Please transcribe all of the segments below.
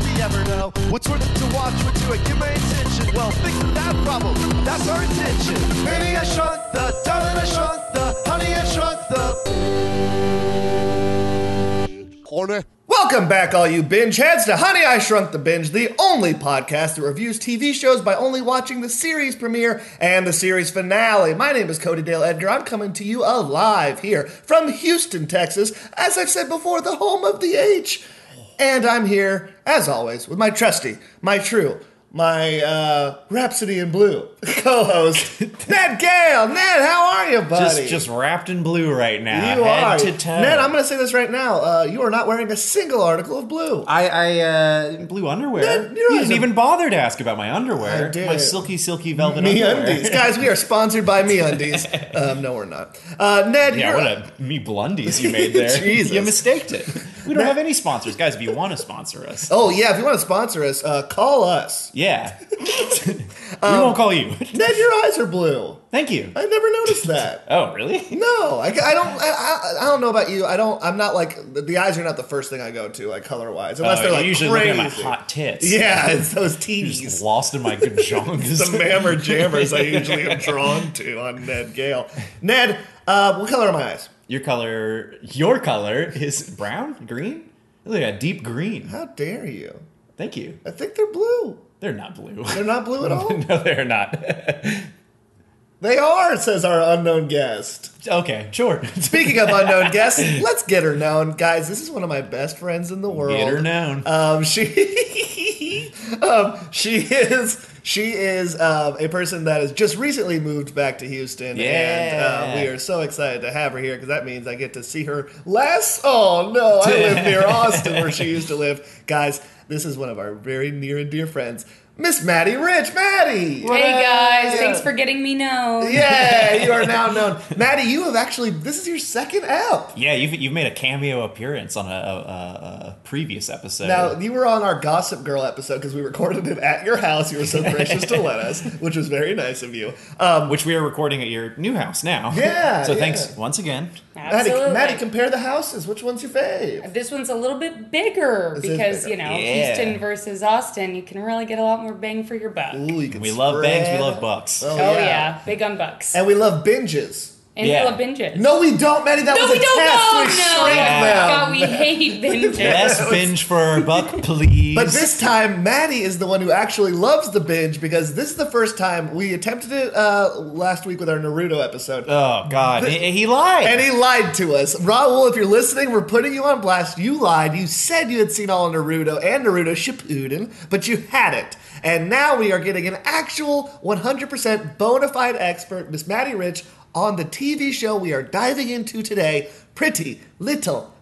well, what's worth it to watch would you give my attention? Well, fix that problem, that's our intention. Baby, I shrunk the, darling, I shrunk the, honey, I shrunk the. Corner. Welcome back, all you binge heads, to Honey I Shrunk the Binge, the only podcast that reviews TV shows by only watching the series premiere and the series finale. My name is Cody Dale Edgar. I'm coming to you alive here from Houston, Texas, as I've said before, the home of the H. And I'm here, as always, with my trusty, my true, my uh, Rhapsody in Blue co-host, Ned Gale. Ned, how are you, buddy? Just, just wrapped in blue right now. you head are. to toe. Ned, I'm going to say this right now. Uh, you are not wearing a single article of blue. I, I uh, in blue underwear. Ned, you're you didn't right. even bother to ask about my underwear. I did. My silky, silky velvet Me underwear. undies, guys. We are sponsored by Me Undies. Um, no, we're not. Uh, Ned, Yeah, you're what a me blundies you made there. Jesus. You mistaked it. We don't have any sponsors, guys. If you want to sponsor us, oh yeah. If you want to sponsor us, uh, call us. yeah, we Um, won't call you. Ned, your eyes are blue. Thank you. I never noticed that. Oh, really? No, I, I don't. I, I, I don't know about you. I don't. I'm not like the, the eyes are not the first thing I go to, like color wise, unless Oh, they're you're like usually crazy. looking at my hot tits. yeah, it's those Just teenies. lost in my gajongs. the mammer jammers I usually am drawn to on Ned Gale. Ned, uh, what color are my eyes? Your color, your color is brown, green. Look at that deep green. How dare you? Thank you. I think they're blue. They're not blue. They're not blue at all. no, they're not. They are, says our unknown guest. okay, sure. Speaking of unknown guests, let's get her known. Guys, this is one of my best friends in the world. Get her known. Um, she, um, she is, she is um, a person that has just recently moved back to Houston, and Yeah. um, we are so excited to have her here because that means I get to see her less. Oh no, I live near Austin where she used to live. Guys, this is one of our very near and dear friends, Miss Maddie Rich. Maddie, Hey guys, Yeah. thanks for getting me known. Yeah, you are now known. Maddie, you have actually, this is your second app. yeah, you've, you've made a cameo appearance on a, a, a, a previous episode. Now, you were on our Gossip Girl episode because we recorded it at your house. You were so gracious to let us, which was very nice of you. Um, which we are recording at your new house now. Yeah, so yeah. thanks once again. Maddie, Absolutely. Maddie, compare the houses. Which one's your fave? this one's a little bit bigger This is because, bigger. you know, Yeah. Houston versus Austin, you can really get a lot more bang for your buck. Ooh, you can We love bangs, we spread. love bucks. Oh, Oh, yeah. yeah. Big on bucks. And we love binges. And Yeah. we love binges. No, we don't, Maddie. That No, was we a don't test. know. We No, shrank yeah. them. God, we hate binges. Yes, binge for a buck, please. But this time, Maddie is the one who actually loves the binge because this is the first time we attempted it uh, last week with our Naruto episode. oh God, he, he lied. And he lied to us. Raul, if you're listening, we're putting you on blast. You lied. You said you had seen all of Naruto and Naruto Shippuden, but you hadn't. And now we are getting an actual 100% bona fide expert, Miss Maddie Rich, on the TV show we are diving into today, Pretty Little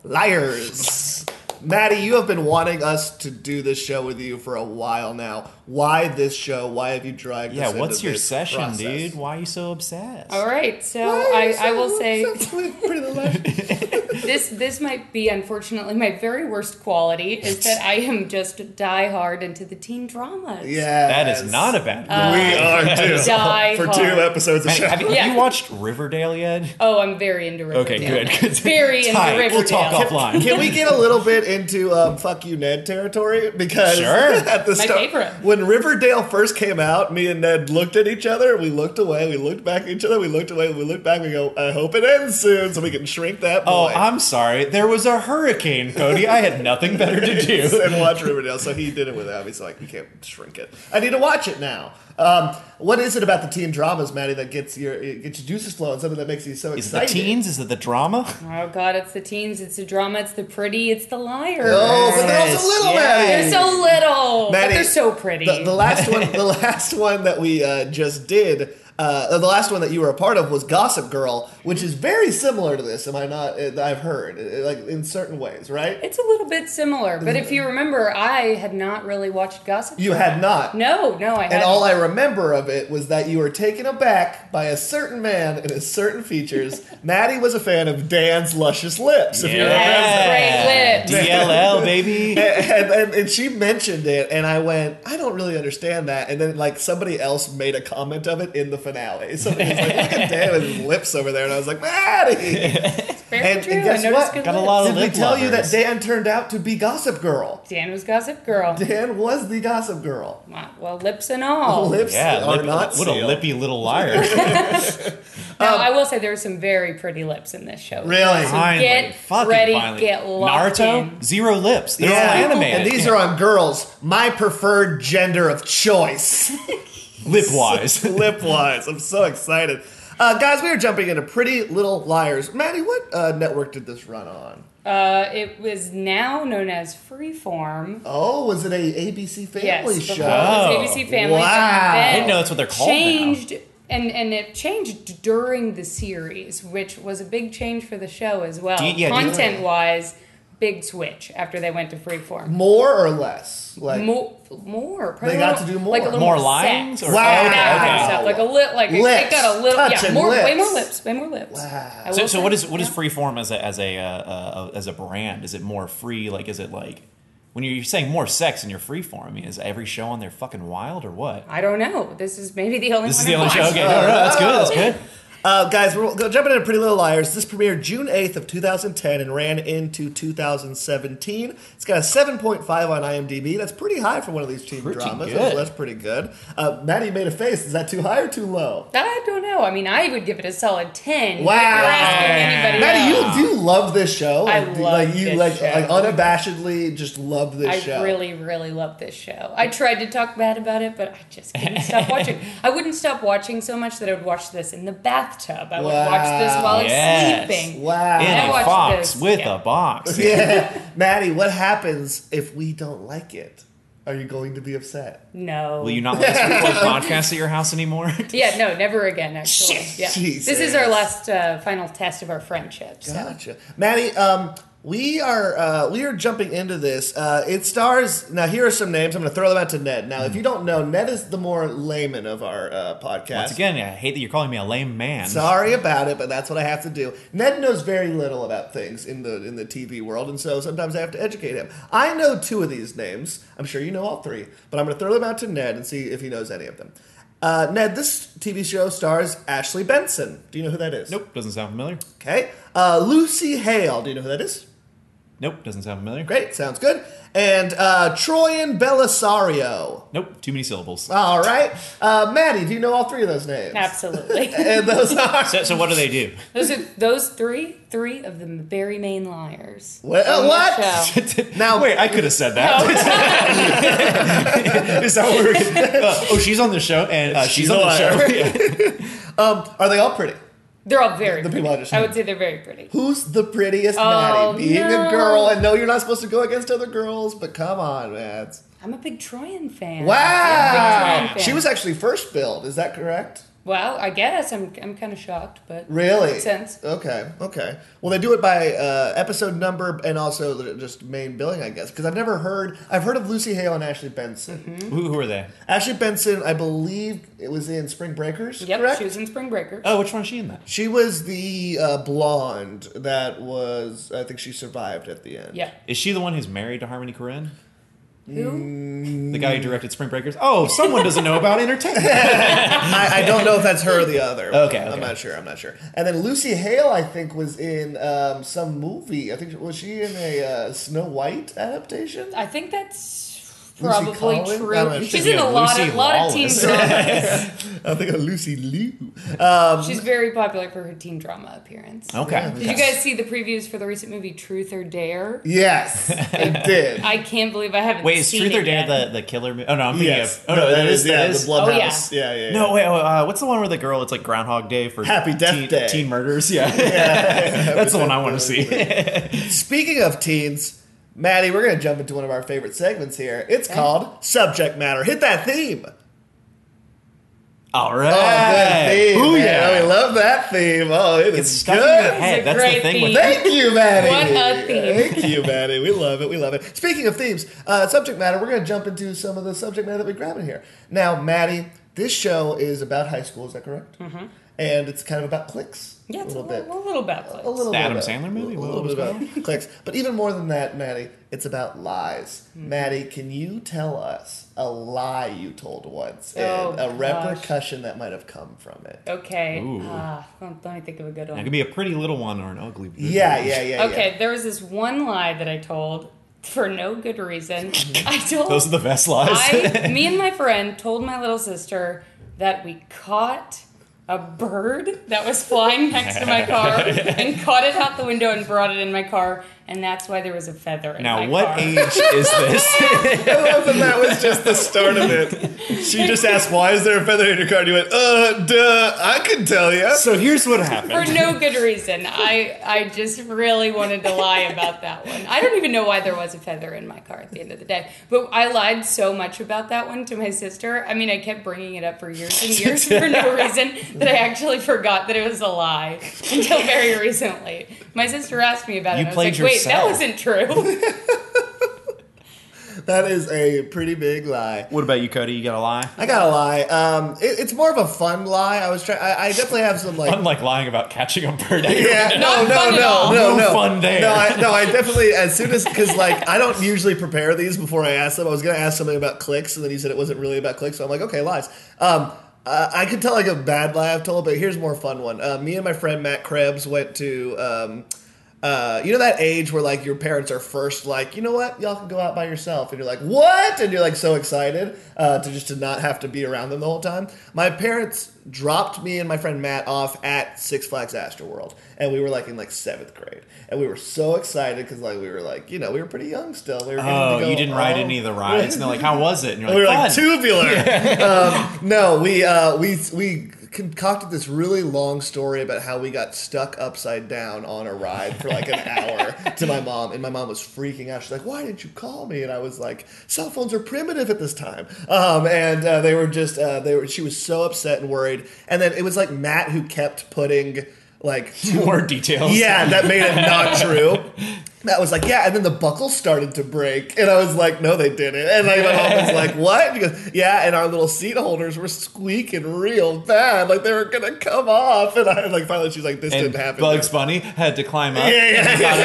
Liars. Maddie, you have been wanting us to do this show with you for a while now. Why this show? Why have you dragged us yeah, into what's your this session, process? dude? Why are you so obsessed? All right, so Why are you I, I so will say obsessed with Pretty Little Liars? this this might be unfortunately my very worst quality is that I am just die hard into the teen dramas. Yeah. That is not a bad. Uh, We are too. Die for hard. two episodes of Man, show. have, you, have Yeah. you watched Riverdale yet? Oh, I'm very into Riverdale. Okay, good. 'cause- Very into Tight. Riverdale. We'll talk offline. Can we get a little bit into um, fuck you Ned territory? Because Sure. at the My start, favorite. when Riverdale first came out, me and Ned looked at each other. We looked away. We looked back at each other. We looked away. We looked back. We go, I hope it ends soon so we can shrink that Oh, boy I'm sorry. There was a hurricane, Cody. I had nothing better to do. and watch Riverdale. So he did it without me. He's like, we can't shrink it. I need to watch it now. Um, what is it about the teen dramas, Maddie, that gets your gets your juices flowing? Something that makes you so Is it the excited? teens? Is it the drama? Oh god, it's the teens, it's the drama, it's the pretty, it's the liar. Oh, but they're Yes, also little, yes. Maddie. They're so little, but Maddie, they're so pretty. The, the last one, the last one that we uh, just did, uh, the last one that you were a part of was Gossip Girl, which is very similar to this. Am I not? uh, I've heard uh, like in certain ways, right? it's a little bit similar, but if you remember, I had not really watched Gossip. You had not. No, no, I had. And all I remember of it was that you were taken aback by a certain man and his certain features. Maddie was a fan of Dan's luscious lips. If you remember. Yes, great DLL, baby. and, and, and she mentioned it, and I went, I don't really understand that. And then, like, somebody else made a comment of it in the finale. Somebody was like, look at Dan with his lips over there. And I was like, Maddie! Very and, true. and guess I noticed what? good Got a looks. lot Did of- we Lip tell you that lovers. Dan turned out to be Gossip Girl? Dan was Gossip Girl. Dan was the Gossip Girl. Wow, well, lips and all. Lips Yeah, are lip- not what a sealed. lippy little liar. oh. Now, I will say there were some very pretty lips in this show. Really? So Finally, get fucking ready, finally. get locked Naruto, in. zero lips. They're all animated. And these are on girls, my preferred gender of choice. lip wise. Lip wise. I'm so excited. Uh, guys, we are jumping into Pretty Little Liars. Maddie, what uh, network did this run on? Uh, it was now known as Freeform. Oh, was it a ABC Family yes, before show? it was ABC Family. Wow. and then I I didn't Oh. know that's what they're called. now. changed and and it changed during the series, which was a big change for the show as well. Do you- yeah, do you- Content wise, big switch after they went to Freeform. More or less? Like More, more. Probably They a got little- to do more. like a little More sex. lines or- Wow. Okay, that kind okay. of stuff. Like a lit, like Lips. it got a little, Touch yeah, and more, way lips. more lips, way more lips. Wow. I So, will so say, what is what is yeah. freeform as a as a uh, uh, as a brand? Is it more free? Like, is it like when you're saying more sex and you're freeform? I mean, is every show on there fucking wild or what? I don't know. This is maybe the only. This is one the I've only show. watched. Okay, no, no, that's good. That's good. Uh, guys, we're go- jumping into Pretty Little Liars. This premiered June 8th of 2010 and ran into 2017. It's got a 7.5 on IMDb. That's pretty high for one of these teen Pretty dramas. good. That's, that's pretty good. Uh, Maddie made a face. Is that too high or too low? I don't know. I mean, I would give it a solid ten. Wow. If you're asking anybody Maddie, else. you do love this show. I Like, do- love like you this like, show. like unabashedly just love this I show. really, really love this show. I tried to talk bad about it, but I just couldn't stop watching. I wouldn't stop watching so much that I would watch this in the bathtub. I would watch this Wow. while I Yes. was sleeping. Wow. In I a watched box this, with yeah. a box. yeah. Maddie, what happens if we don't like it? Are you going to be upset? No. Will you not let us record podcasts at your house anymore? Yeah, no, never again, actually. Shit. Yeah. This Jesus. is our last uh, final test of our friendship. So. Gotcha, Maddie. Um, we are uh, we are jumping into this. Uh, it stars now. Here are some names. I'm going to throw them out to Ned. Now, if you don't know, Ned is the more layman of our uh, podcast. Hmm. Once again, I hate that you're calling me a lame man. Sorry about it, but that's what I have to do. Ned knows very little about things in the in the TV world, and so sometimes I have to educate him. I know two of these names. I'm sure you know all three, but I'm going to throw them out to Ned and see if he knows any of them. Uh, Ned, this TV show stars Ashley Benson. Do you know who that is? Nope, doesn't sound familiar. Okay. Uh, Lucy Hale. Do you know who that is? Nope, doesn't sound familiar. Great, sounds good. And uh, Troyan Belisario. Nope, too many syllables. All right. Uh, Maddie, do you know all three of those names? Absolutely. And those are. So, so what do they do? those are those three, three of the very main liars. What- on this what? show. Now- wait, I could have said that. Is that what we're? Uh, oh, she's on the show, and uh, she's, She's a on the show. liar. Yeah. Um, are they all pretty? They're all very The pretty. people I just I named. would say they're very pretty. Who's the prettiest Oh, Maddie? Being a no. girl, and no, you're not supposed to go against other girls, but come on, man. It's- I'm a big Troyan fan. Yeah, big Troyan Wow! fan. She was actually first billed, is that correct? Well, I guess I'm I'm kind of shocked, but Really? makes sense. Okay, okay. Well, they do it by uh, episode number and also the- just main billing, I guess, because I've never heard, I've heard of Lucy Hale and Ashley Benson. Mm-hmm. Who, who are they? Ashley Benson, I believe it was in Spring Breakers, Yep, correct? she was in Spring Breakers. Oh, which one is she in that? She was the uh, blonde that was, I think she survived at the end. yeah. Is she the one who's married to Harmony Korine? Mm. Who? The guy who directed Spring Breakers? Oh, someone doesn't know about entertainment. I, I don't know if that's her or the other. Okay, okay. I'm not sure. I'm not sure. And then Lucy Hale, I think, was in um, some movie. I think was she in a uh, Snow White adaptation? I think that's Lucy probably Collins? true. I don't know. She's She's in a in lot Lucy of lot of teen Lawless. drama. I think of Lucy Liu. Um, She's very popular for her teen drama appearance. Okay. Did you guys see the previews for the recent movie Truth or Dare? Yes, I did. I can't believe I haven't. Wait, is seen Truth it or Dare yet. the, the killer movie? Oh, no, I'm thinking yes. of. Oh, no, that is. yeah, That the is. Bloodhouse. Oh, yeah. yeah, yeah, No, wait, wait, uh, what's the one where the girl, it's like Groundhog Day for Happy Death teen, Day. teen murders? Yeah. That's the one I want to see. Speaking of teens, Maddie, we're gonna jump into one of our favorite segments here. It's Okay. called Subject Matter. Hit that theme. All right. Oh, good theme. Ooh, man. yeah. I love that theme. Oh, it It's is stuck in your good. head. a That's the great thing with theme. Thank you, Maddie. What a theme. Thank you, Maddie. We love it. We love it. Speaking of themes, uh, subject matter, we're going to jump into some of the subject matter that we grab in here. Now, Maddie, This show is about high school. Is that correct? Mm-hmm. And it's kind of about cliques. Yeah, it's a little, a little bad place. A little The bit Adam about- Sandler movie? A What little was bit about clicks, but even more than that, Maddie, it's about lies. Mm-hmm. Maddie, can you tell us a lie you told once Oh, and a gosh. repercussion that might have come from it? Okay. Ooh. Ah, let me think of a good It one. could be a pretty little one or an ugly. big Yeah, one. yeah, yeah. okay, there was this one lie that I told for no good reason. I told Those are the best lies. I, me and my friend told my little sister that we caught a bird that was flying next to my car and caught it out the window and brought it in my car, and that's why there was a feather in my now, what car. age is this? Yeah. I love that that was just the start of it. She just asked, "Why is there a feather in your car?" And you went, "Uh, duh, I could tell you." so here's what For happened. no good reason. I I just really wanted to lie about that one. I don't even know why there was a feather in my car at the end of the day. But I lied so much about that one to my sister. I mean, I kept bringing it up for years and years for no reason that I actually forgot that it was a lie until very recently. My sister asked me about You it. and I played was like, wait, that yourself." wasn't true. That is a pretty big lie. What about you, Cody? You got a lie? I gotta lie. Um, it, it's more of a fun lie. I was trying. I definitely have some like Unlike lying about catching a bird. Yeah, no, Not no, fun at no, all. no, no, No fun there. No, I, no, I definitely as soon as because like I don't usually prepare these before I ask them. I was gonna ask something about clicks, and then you said it wasn't really about clicks, so I'm like, okay, lies. Um, uh, I could tell like a bad lie I've told, but here's a more fun one. Uh, me and my friend Matt Krebs went to. Um, uh, you know that age where like your parents are first like you know what y'all can go out by yourself and you're like what and you're like so excited uh, to just to not have to be around them the whole time my parents dropped me and my friend matt off at six flags astroworld and we were like in like seventh grade and we were so excited because like we were like you know we were pretty young still we were getting to Oh, go you didn't ride all- any of the rides? And they're like, how was it? And you're like, we were like "Fun." tubular. um, no, we uh, we we concocted this really long story about how we got stuck upside down on a ride for like an hour to my mom, and my mom was freaking out. She's like, "Why didn't you call me?" And I was like, "Cell phones are primitive at this time." Um, and uh, they were just uh, they were. She was so upset and worried. And then it was like Matt who kept putting like More details. yeah, that made it not true. That was like, yeah, and then the buckle started to break, and I was like, no, they didn't. And like, my mom was like, what? Because yeah, and our little seat holders were squeaking real bad, like they were gonna come off. And I like finally, she's like, this And didn't happen. Bugs Bunny had to climb up. Yeah, yeah, and got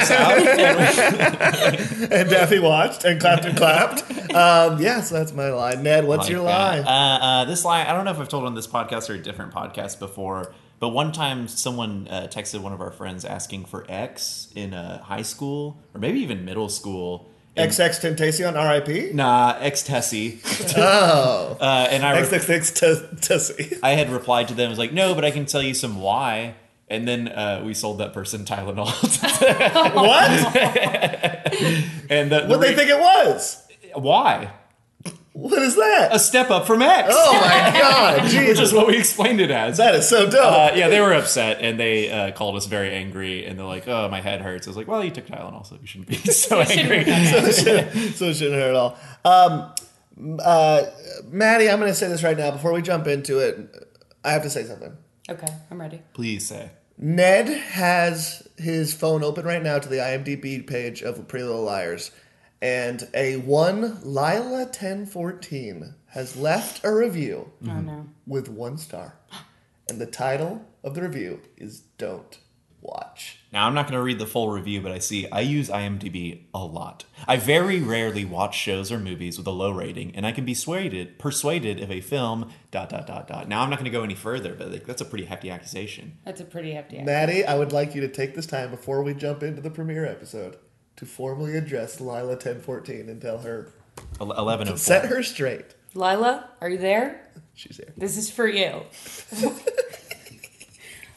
us out. And Daffy watched and clapped and clapped. Um, yeah, so that's my lie. Ned, what's like your lie? that. Uh, uh, this lie, I don't know if I've told on this podcast or a different podcast before, but one time someone uh, texted one of our friends asking for X in uh, high school or maybe even middle school. And- XX Tentacion, R.I.P. Nah, X Tessie. Oh, Uh, and I, re- XXX Tessie. I had replied to them, I was like, no, but I can tell you some Y. And then uh, we sold that person Tylenol. What? and the, the What they re- think it was? Why? What is A that? step up from X, Oh my God, which is Jesus, what we explained it as. that is so dumb. Uh, yeah, they were upset and they uh, called us very angry and they're like, "Oh, my head hurts." I was like, "Well, you took Tylenol, so you shouldn't be so angry." so it shouldn't hurt at all. Um, uh, Maddie, I'm going to say this right now before we jump into it. I have to say something. okay, I'm ready. Please say. Ned has his phone open right now to the IMDb page of Pretty Little Liars, and a one Lila 1014 has left a review Mm-hmm. Oh no. with one star, and the title of the review is "Don't Watch." Now, I'm not going to read the full review, but I see I use IMDb a lot. I very rarely watch shows or movies with a low rating, and I can be persuaded persuaded if a film dot dot dot dot. Now, I'm not going to go any further, but like, that's a pretty hefty accusation. That's a pretty hefty act. Maddie, I would like you to take this time before we jump into the premiere episode to formally address Lila 1014 and tell her, Ele- Eleven oh of set her straight. Lila, are you there? She's there. This is for you.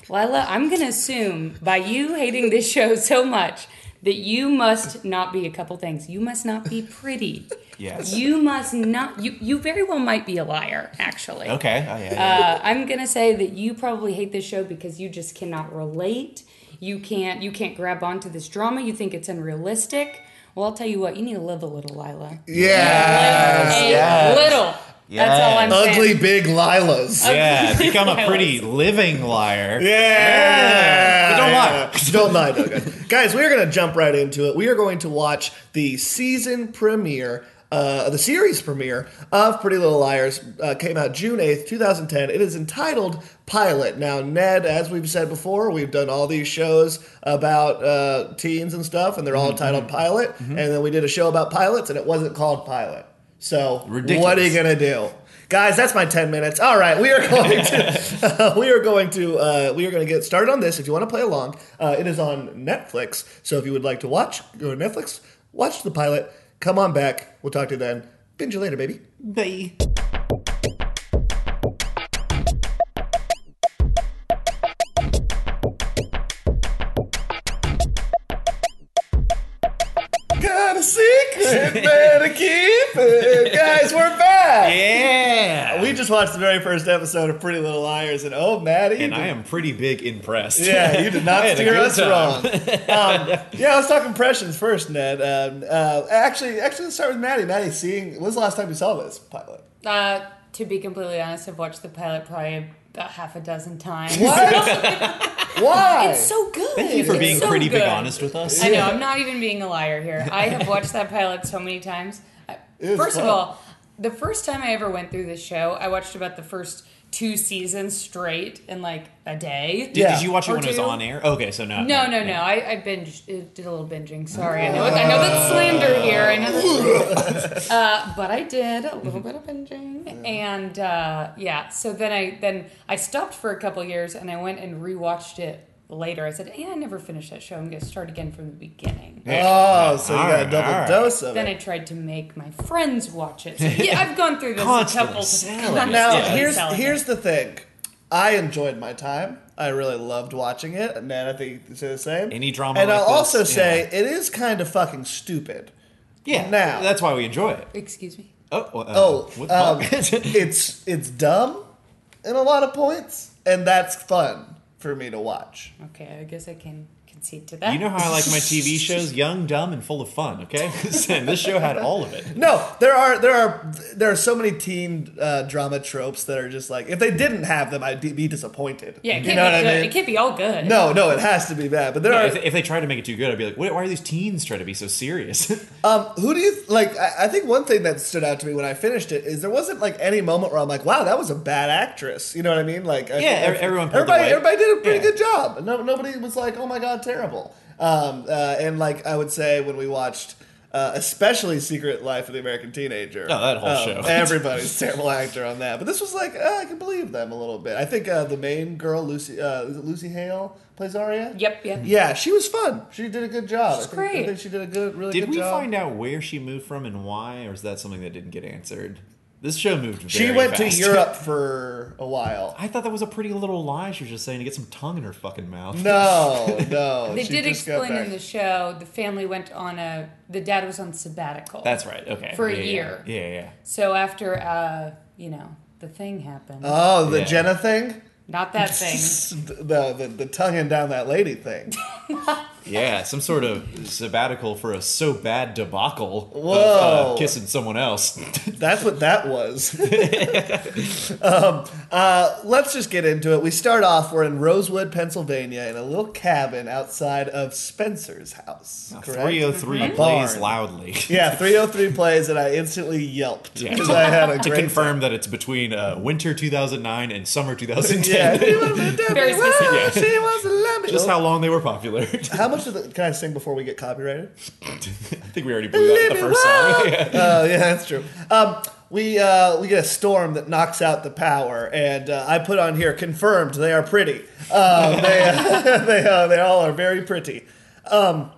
Lila, I'm going to assume by you hating this show so much that you must not be a couple things. You must not be pretty. Yes. You must not you you very well might be a liar actually. Okay. Oh, yeah, yeah. Uh, I'm going to say that you probably hate this show because you just cannot relate. You can't you can't grab onto this drama. You think it's unrealistic. Well, I'll tell you what. You need to live a little, Lila. Yeah. Live a yes. little. That's all I'm saying. Ugly big Lilas. yeah, become a I pretty living liar. Yeah. But don't lie. don't lie, though, guys. Guys, we're going to jump right into it. We are going to watch the season premiere uh, the series premiere of Pretty Little Liars uh, came out June 8th, 2010. It is entitled Pilot. Now, Ned, as we've said before, we've done all these shows about uh, teens and stuff, and they're all titled Pilot. And then we did a show about pilots, and it wasn't called Pilot. So, what are you Ridiculous. going to do? Guys, that's my 10 minutes. All right, we are going to we are going to uh, we are going to get started on this. If you want to play along, uh, it is on Netflix. So if you would like to watch, go to Netflix, watch the pilot, come on back. We'll talk to you then. Binge you later, baby. Bye. Got a secret, better keep it. Guys, we're back. Yeah. We just watched the very first episode of Pretty Little Liars, and oh, Maddie, you and I did- am pretty big impressed. Yeah, you did not I had a steer good us time. wrong. Um, yeah, let's talk impressions first, Ned. Um, uh, actually, actually, let's start with Maddie. Maddie, seeing when's the last time you saw this pilot? Uh, to be completely honest, I've watched the pilot probably about half a dozen times. What? Why? It's so good. Thank you for It's being so pretty big good. honest with us. I know. I'm not even being a liar here. I have watched that pilot so many times. I- It was First of fun. all, the first time I ever went through this show, I watched about the first two seasons straight in like a day. Did, Yeah. did you watch it Or when it was do- on air? Okay, so no. No, no, no. I, I binge uh, did a little binging. Sorry, I know I know that's slander here. I know, that's, uh, but I did a little bit of binging, and uh, yeah. So then I then I stopped for a couple years, and I went and rewatched it later. I said, "Yeah, I never finished that show. I'm gonna start again from the beginning." Oh, so you All got right, a double all right. dose of Then I it. tried to make my friends watch it. So, yeah, I've gone through this Constantly a couple selling it. Now Yeah. here's selling it. here's the thing. I enjoyed my time. I really loved watching it, and Ned, I think you can say the same. Any drama and like I'll this, also yeah. say it is kind of fucking stupid. Yeah. Now. That's why we enjoy it. Excuse me. Oh. uh, Oh, what- um, oh. it's it's dumb in a lot of points, and that's fun for me to watch. Okay, I guess I can concede to that. you know how I like my TV shows: young, dumb, and full of fun. Okay, and this show had all of it. No, there are there are there are so many teen uh, drama tropes that are just like if they didn't have them, I'd be disappointed. yeah, it you can't, know be what I good. mean? it can't be all good. No, no, it has to be bad. But there Yeah, are if, if they tried to make it too good, I'd be like, "Why why are these teens trying to be so serious?" Um, who do you like? I, I think one thing that stood out to me when I finished it is there wasn't like any moment where I'm like, "Wow, that was a bad actress." You know what I mean? Like, I- Yeah, I- e- everyone pulled everybody, their everybody weight. did a pretty Yeah. good job. No, nobody was like, "Oh my god, terrible." Um, uh, and like I would say when we watched. Uh, especially Secret Life of the American Teenager. Oh, that whole um, show. Everybody's a terrible actor on that. But this was like, uh, I can believe them a little bit. I think uh, the main girl, Lucy, uh, is it Lucy Hale, plays Aria? Yep, yep. Yeah, she was fun. She did a good job. She's I think, I great. think she did a good, really Did good we job. find out where she moved from and why, or is that something that didn't get answered? This show moved. Very She went fast. to Europe for a while. I thought that was a pretty little lie she was just saying to get some tongue in her fucking mouth. No, no. They she did just got explain back. in the show the family went on a the dad was on sabbatical. That's right. Okay. For a Yeah, yeah. year. Yeah, yeah. so after uh, you know, the thing happened. Oh, the Yeah. Jenna thing? Not that thing. The, the, the tonguing down that lady thing. Yeah, some sort of sabbatical for a so bad debacle of Whoa. uh, kissing someone else. That's what that was. um, uh, let's just get into it. We start off, we're in Rosewood, Pennsylvania, in a little cabin outside of Spencer's house. correct? 303 Mhm. plays Barn. oh loudly. Yeah, 303 plays, and I instantly yelped Yeah. because I had a to great confirm that it's between uh, winter 2009 and summer time. Yeah, 2010. he was a dummy. Very Whoa, specific. she was a lummy. Just how long they were popular. How much of the can I sing before we get copyrighted? I think we already blew that with the Living first wild. song. Yeah. Oh yeah, that's true. Um, we uh, we get a storm that knocks out the power, and uh, I put on here confirmed they are pretty. Um, they they, uh, they all are very pretty. Um,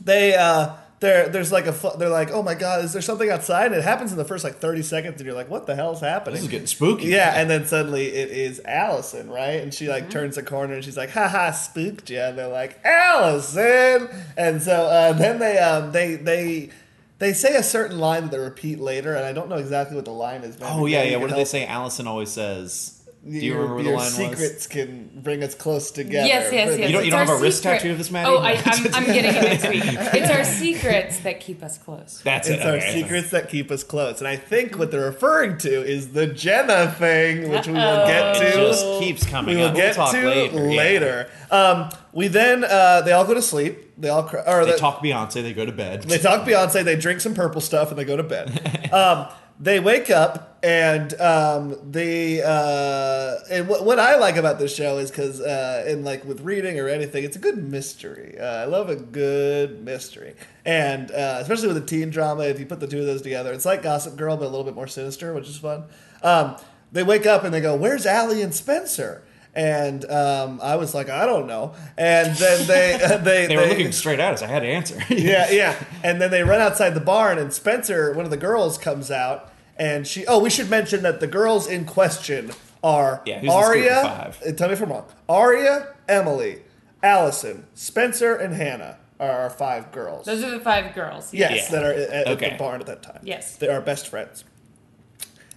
they uh, there there's like a fu- they're like oh my god is there something outside? And it happens in the first like thirty seconds, and you're like what the hell's happening? This is getting spooky. Yeah, and then suddenly it is Allison, right? And she like Mm-hmm. turns the corner and she's like, "Ha ha, spooked you." And they're like, "Allison," and so uh, then they um, they they they say a certain line that they repeat later, and I don't know exactly what the line is. Matt, Oh maybe yeah, you yeah. can What do they help. say? Allison always says your, you remember what the your line was? secrets can bring us close together. Yes, yes, But- yes. You don't- It's you don't our have a wrist secret- tattoo of this, Maddie? Oh, I, I'm, I'm getting it next week. It's our secrets that keep us close. That's It's it. our Okay, that's- secrets that keep us close. And I think what they're referring to is the Jenna thing, which we will get It to. just keeps coming. we will up. get we'll talk to later. later. yeah. Um, we then uh, they all go to sleep. They all cry, or They they, talk Beyonce. They go to bed. they talk Beyonce. They drink some purple stuff and they go to bed. um, they wake up and um, they uh, and what, what I like about this show is because uh, in like with reading or anything, it's a good mystery. Uh, I love a good mystery, and uh, especially with a teen drama, if you put the two of those together, it's like Gossip Girl but a little bit more sinister, which is fun. Um, they wake up and they go, "Where's Allie and Spencer?" And um, I was like, "I don't know." And then they they They were looking straight at us. I had to answer. yeah, yeah. And then they run outside the barn, and Spencer, one of the girls, comes out, and she. Oh, we should mention that the girls in question are Yeah, who's the Aria. scoop of five? uh, Tell me if I'm wrong. Aria, Emily, Allison, Spencer, and Hannah are our five girls. Those are the five girls. yes, Yeah. that are at, at Okay. the barn at that time. Yes. they are best friends.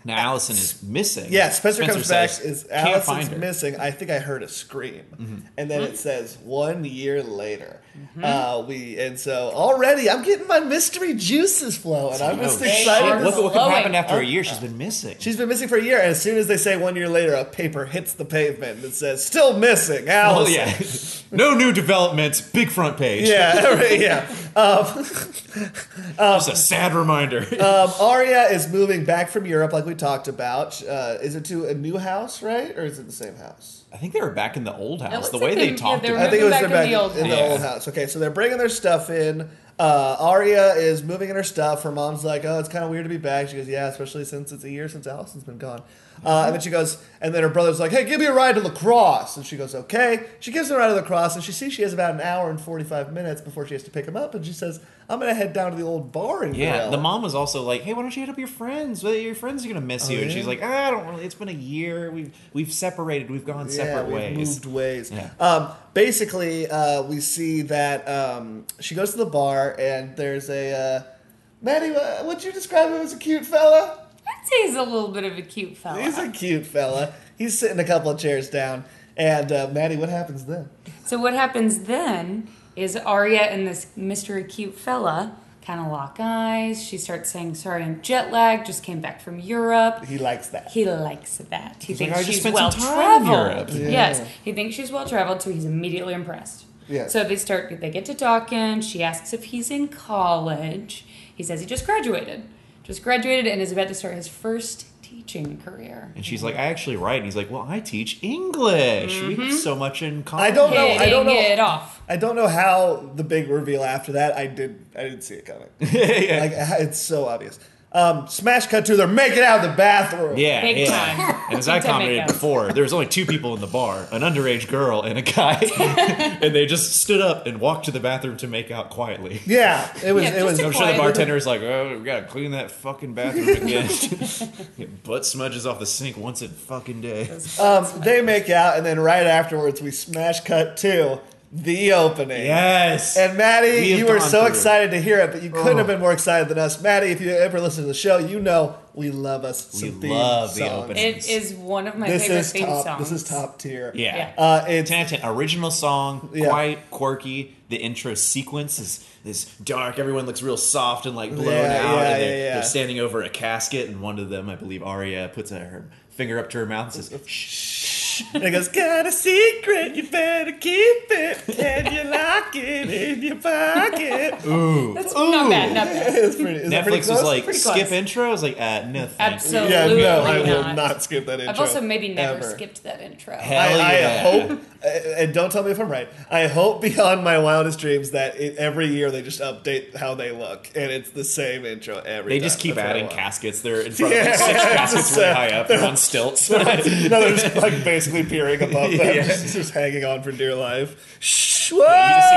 Now Allison is missing. Yeah, Spencer, comes back. Is says, "Can't find Allison's her." Mm-hmm. missing? I think I heard a scream, and then it says one year later. Uh, we and so already I'm getting my mystery juices flowing. I'm just Oh, excited. are Shit. to Look at what could glowing. happen after a year. She's been missing. She's been missing for a year, and as soon as they say one year later, a paper hits the pavement that says "Still missing, oh Allison." yeah. no new developments. Big front page. yeah, right, yeah. Just a sad reminder. Um, Aria is moving back from Europe, like we talked about. Uh, is it to a new house, right, or is it the same house? I think they were back in the old house. looks The like way they- they, yeah, talked they were about I think it was Back their in back the old in the house. old house. Okay, so they're bringing their stuff in. Uh, Aria is moving in her stuff. Her mom's like, "Oh, it's kind of weird to be back." She goes, "Yeah, especially since it's a year since Allison's been gone." Mm-hmm. Uh, and then she goes, and then her brother's like, "Hey, give me a ride to Lacrosse." And she goes, "Okay." She gives him a ride to Lacrosse, and she sees she has about an hour and forty-five minutes before she has to pick him up. And she says, "I'm gonna head down to the old bar and Yeah, grill." the mom was also like, "Hey, why don't you hit up your friends? Well, Your friends are gonna miss you." And Oh, yeah? she's like, "Ah, "I don't really. It's been a year. We've we've separated. We've gone separate we've ways." Moved ways. Yeah. Um, basically, uh, we see that um, she goes to the bar and there's a uh, Maddie. wha- Would you describe him as a cute fella? I'd say he's a little bit of a cute fella. He's a cute fella. He's sitting a couple of chairs down. And uh, Maddie, what happens then? So what happens then is Arya and this Mr. Cute fella kind of lock eyes. She starts saying, "Sorry, I'm jet lagged. Just came back from Europe." He likes that. He likes that. He thinks like, "I just she's spent some well time in traveled. Europe." Yes, Yeah. he thinks she's well traveled, so he's immediately impressed. Yeah. So they start. They get to talking. She asks if he's in college. He says he just graduated. Just graduated and is about to start his first teaching career. And she's like, "I actually write." And he's like, "Well, I teach English. We Mm-hmm. have so much in common." I don't know. I Hitting don't know. it off. I don't know how the big reveal after that. I did. I didn't see it coming. yeah, Like it's so obvious. Um, smash cut to they're making out in the bathroom. yeah, Big yeah. time. And as I Big time commented makeout. before, there was only two people in the bar: an underage girl and a guy, and they just stood up and walked to the bathroom to make out quietly. Yeah. It was. Yeah, it just was. a I'm sure the Quietly. bartender is like, "Oh, we gotta clean that fucking bathroom again." Get butt smudges off the sink once a fucking day. Um, they make out, and then right afterwards, we smash cut to the opening. Yes. And We Maddie, have you were gone so through. excited to hear it, but you couldn't Oh. have been more excited than us. Maddie, if you ever listen to the show, you know we love us some We theme love the songs. opening. It is one of my This favorite is theme top. songs. This is top tier. yeah. Yeah. Uh, it's Ten out of ten. Original song, Yeah. quite quirky. The intro sequence is is dark. Everyone looks real soft and like blown Yeah, out. yeah, and they're, yeah, yeah. they're standing over a casket, and one of them, I believe, Aria puts her finger up to her mouth and says, "Shh." and it goes, got a secret, you better keep it, and you lock it in your pocket. That's not bad. Not bad. it's pretty. Is that pretty Netflix close? was like, Pretty close. skip intro. I was like, uh, no, thank Absolutely. you. yeah, no, I Absolutely will not. not skip that intro. I've also maybe never ever. skipped that intro. Hell I, yeah. I hope, uh, and don't tell me if I'm right. I hope beyond my wildest dreams that it, every year they just update how they look, and it's the same intro every. They time. just keep That's what I adding want. caskets. They're in front of Yeah. like six caskets really Just, uh, high up. They're on stilts. yeah, no, they're just like basically peering above them, Yeah. just, just hanging on for dear life. Shh, you just see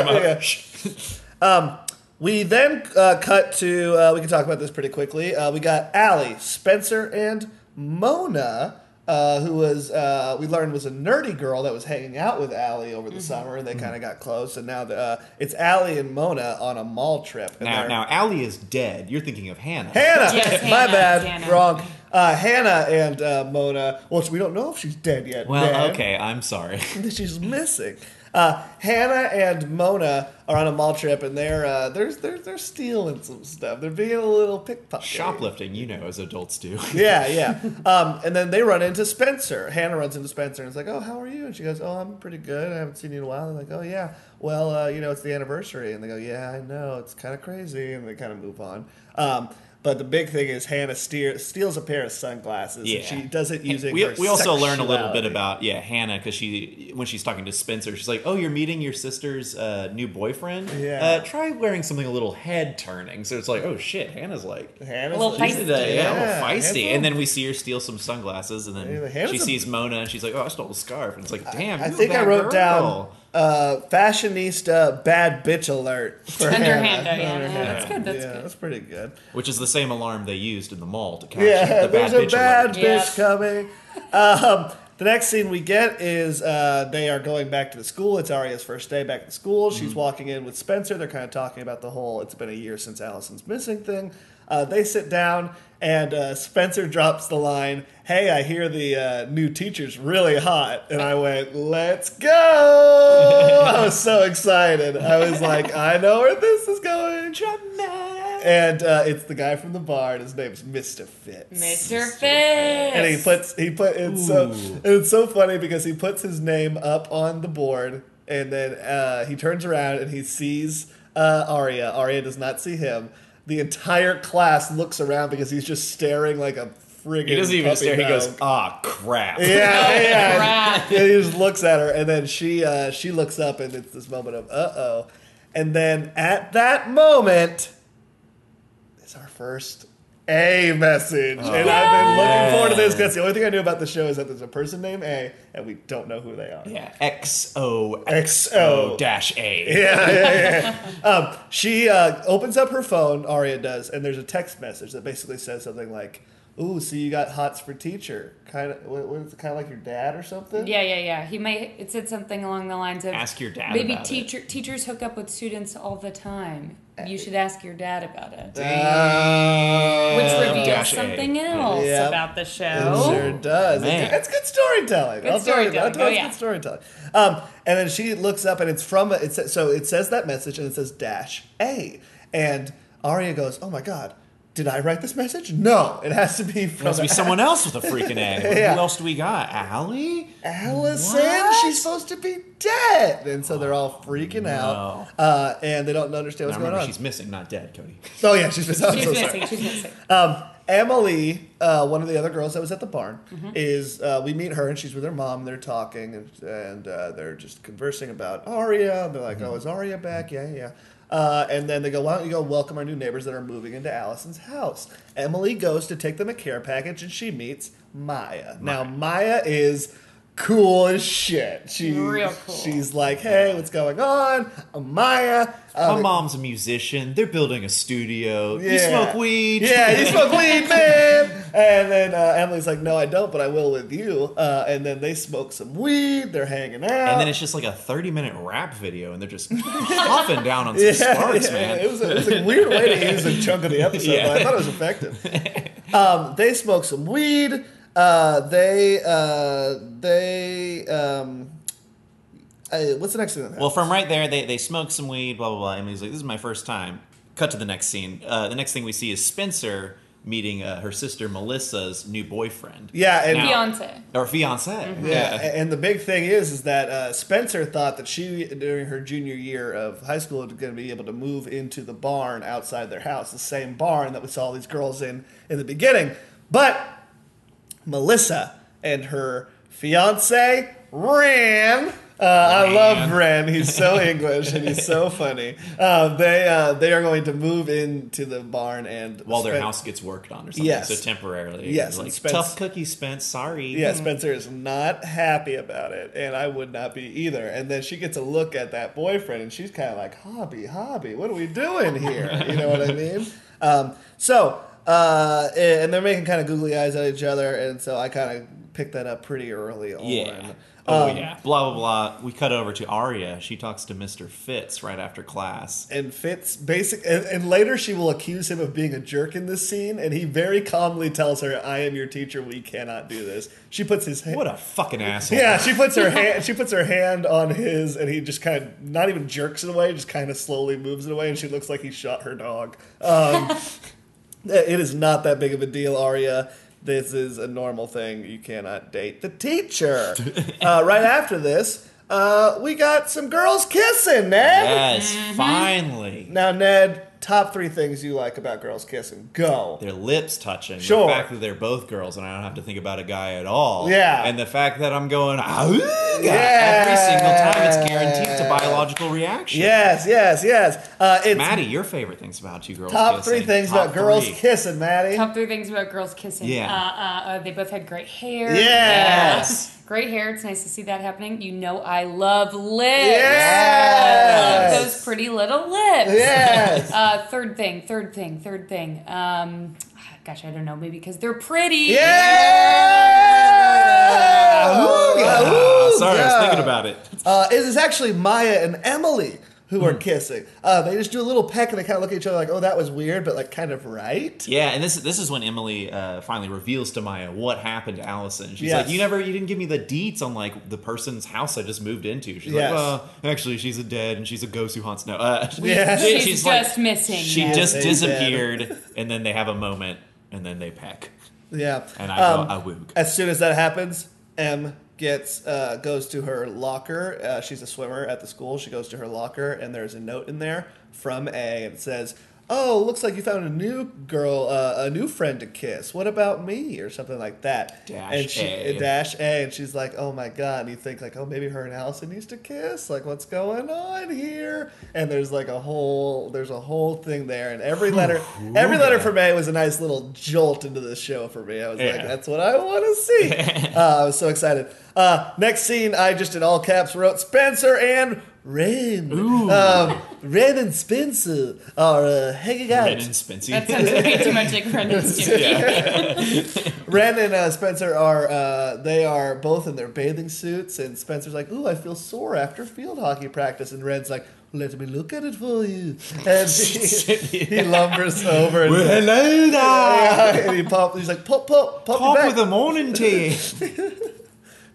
one finger come up. Yeah. Um, We then uh, cut to. Uh, we can talk about this pretty quickly. Uh, we got Allie, Spencer, and Mona, uh, who was uh, we learned was a nerdy girl that was hanging out with Allie over Mm-hmm. the summer, and they kind of got close. And now the, uh, it's Allie and Mona on a mall trip. And Now, they're- now, Allie is dead. You're thinking of Hannah. Hannah, Yes, my Hannah, bad, Hannah. wrong. Uh, Hannah and uh, Mona, which we don't know if she's dead yet. Well, Dan. okay, I'm sorry. that she's missing. Uh, Hannah and Mona are on a mall trip, and they're uh, they're, they're they're stealing some stuff. They're being a little pickpocket. Shoplifting, you know, as adults do. Yeah, yeah. Um, and then they run into Spencer. Hannah runs into Spencer and is like, "Oh, how are you?" And she goes, "Oh, I'm pretty good. I haven't seen you in a while." They're like, "Oh, yeah. Well, uh, you know, it's the anniversary." And they go, "Yeah, I know. It's kind of crazy." And they kind of move on. Um, but the big thing is Hannah steer- steals a pair of sunglasses. Yeah. And she doesn't use it. we, for we also learn a little bit sexuality. about yeah hannah because she when she's talking to spencer she's like oh you're meeting your sister's uh, new boyfriend Yeah. uh, try wearing something a little head turning so it's like oh shit hannah's like Hannah's A little like- she's Feisty. today, yeah, Yeah, I'm feisty Hannah's- and then we see her steal some sunglasses and Yeah, then Hannah's she a- sees mona and she's like oh i stole a scarf and it's like damn I you a think I bad wrote down girl. uh, fashionista bad bitch alert for Underhand, Hannah. yeah, yeah, that's good. That's yeah, good. that's pretty good. which is the same alarm they used in the mall to capture Yeah, the bad there's bitch a bad alert. bitch Yeah. coming. Um, the next scene we get is uh, they are going back to the school. It's Arya's first day back to school. She's walking in with Spencer. They're kind of talking about the whole "it's been a year since Allison's missing" thing. Uh, they sit down, and uh, Spencer drops the line, "Hey, I hear the uh, new teacher's really hot," and I went, "Let's go!" I was so excited. I was like, "I know where this is going." And uh, it's the guy from the bar, and his name's Mr. Fitz. Mr. Fitz. And he puts he put it's so Ooh. and it's so funny because he puts his name up on the board and then uh, he turns around and he sees uh, Arya. Arya does not see him. The entire class looks around because he's just staring like a friggin' he doesn't even puppy stare he dog. goes ah crap yeah, yeah. crap. And he just looks at her, and then she uh, she looks up, and it's this moment of uh oh, and then at that moment is our first A message, and I've been looking forward to this because the only thing I knew about the show is that there's a person named A, and we don't know who they are. yeah xo XO. dash a Yeah, yeah, yeah. um, she uh, opens up her phone, Aria does, and there's a text message that basically says something like, "Ooh, so you got hots for teacher? Kind of, what, what is it? Kind of like your dad or something?" Yeah, yeah, yeah. He might. It said something along the lines of Ask your dad Maybe about it." teacher teachers hook up with students all the time. Uh, You should ask your dad about it. Which Oh, reveals Dash A. something else Yeah. about the It show. sure does. Man. It's, it's good storytelling. Good I'll tell you storytelling. that. I'll tell you Oh, it's yeah. good storytelling. Um, and then she looks up, and it's from a, it says, so it says that message, and it says dash A, and Arya goes, "Oh my god, did I write this message? No, it has to be It from must be someone else with a freaking A. Yeah. Who else do we got? Allie? Allison. What? She's supposed to be dead." And so they're all freaking out, uh, and they don't understand I what's going remember on. she's missing, not dead, Cody. oh yeah, she's missing. I'm She's so sorry. missing. She's missing. Um, Emily, uh, one of the other girls that was at the barn, Mm-hmm. is uh, we meet her and she's with her mom. They're talking and, and uh, they're just conversing about Aria. They're like, "Oh, is Aria back? Yeah, yeah." Uh, and then they go, "Why don't you go welcome our new neighbors that are moving into Allison's house?" Emily goes to take them a care package and she meets Maya. Now Maya is cool as shit. She's Real cool. She's like, "Hey, what's going on, I'm Maya?" um, Oh, My mom's a musician. They're building a studio. You Oh, Yeah. smoke weed. Yeah, you smoke weed, man. And then uh, Emily's like, no, I don't, but I will with you. Uh, and then they smoke some weed. They're hanging out. And then it's just like a 30 minute rap video, and they're just huffing down on some yeah, sparks, yeah, man. It was, a, it was a weird way to use a chunk of the episode, Yeah. but I thought it was effective. Um, they smoke some weed. Uh, they uh, they um, uh, what's the next thing? That Well, from right there, they, they smoke some weed, blah, blah, blah. Emily's like, this is my first time. Cut to the next scene. Uh, the next thing we see is Spencer meeting uh, her sister Melissa's new boyfriend. Yeah, and- Now- Beyonce. Or fiance. Yeah, a- and the big thing is, is that uh, Spencer thought that she, during her junior year of high school, was going to be able to move into the barn outside their house, the same barn that we saw these girls in in the beginning. But Melissa and her fiance Ran. Uh, I love Ran. He's so English and he's so funny. Uh, they uh, they are going to move into the barn and While their Spen- house gets worked on or something. Yes. So temporarily. Yes, Like, and Spence- tough cookie, Spence. Sorry. Yeah, Spencer is not happy about it, and I would not be either. And then she gets a look at that boyfriend, and she's kind of like, "Hobby, hobby, what are we doing here?" You know what I mean? Um, so, uh, and they're making kind of googly eyes at each other, and so I kind of picked that up pretty early on. Yeah. Oh Um, yeah. Blah blah blah. We cut over to Arya. She talks to Mr. Fitz right after class. and Fitz basic and, and later she will accuse him of being a jerk in this scene and he very calmly tells her I am your teacher we cannot do this. She puts his hand What a fucking asshole. Yeah, she puts her hand she puts her hand on his and he just kind of not even jerks it away, just kind of slowly moves it away and she looks like he shot her dog. Um, it is not that big of a deal, Arya. This is a normal thing. You cannot date the teacher. uh, right after this, uh, we got some girls kissing, man. Yes, finally. Now, Ned, top three things you like about girls kissing. Go. Their lips touching. Sure. The fact that they're both girls and I don't have to think about a guy at all. Yeah. And the fact that I'm going, "Auga," Yeah. every single time it's guaranteed it's a biological reaction. Yes, yes, yes. Uh, it's Maddie, your favorite things about two girls top kissing. three things Top about girls three. kissing, Maddie. Top three things about girls kissing. Yeah. Uh, uh, uh, they both had great hair. Yes. Yeah. Great hair. It's nice to see that happening. You know, I love lips. Yes. I love those pretty little lips. yes. Uh, third thing, third thing, third thing. Um, gosh, I don't know. Maybe because they're pretty. yeah. Ooh, yeah. Ah, Ooh, sorry, I was yeah. thinking about it. Uh, it is actually Maya and Emily who Hmm. are kissing. Uh, they just do a little peck and they kind of look at each other like, "Oh, that was weird," but like kind of right. Yeah, and this this is when Emily uh, finally reveals to Maya what happened to Allison. She's Yes. like, "You never, you didn't give me the deets on like the person's house I just moved into." She's Yes. like, "Well, actually, she's a dead, and she's a ghost who haunts no." Uh, Yeah. she- She's just missing She now. just They dead. disappeared, and then they have a moment, and then they peck, Yeah. and I Um, go, "I woog." As soon as that happens, M gets uh, goes to her locker. Uh, she's a swimmer at the school. She goes to her locker, and there's a note in there from A, and it says, "Oh, looks like you found a new girl, uh, a new friend to kiss. What about me?" or something like that. Dash and she, A. uh, Dash A, and she's like, "Oh my god!" And you think like, "Oh, maybe her and Allison used to kiss. Like, what's going on here?" And there's like a whole there's a whole thing there, and every letter every letter from A was a nice little jolt into the show for me. I was like, Yeah. "That's." That's what I want to see. uh, I was so excited. Uh, next scene, I just in all caps wrote Spencer and Ren. Um, Ren and Spencer are uh, hanging out. Ren and Spency. That sounds way too much like Brendan's doing. Ren and uh, Spencer are uh, they are both in their bathing suits, and Spencer's like, "Ooh, I feel sore after field hockey practice," and Ren's like. Let me look at it for you. And he, he lumbers over and, well, hello there. and he pop, he's like, pop, pop, pop, me Pop back. with the morning tea.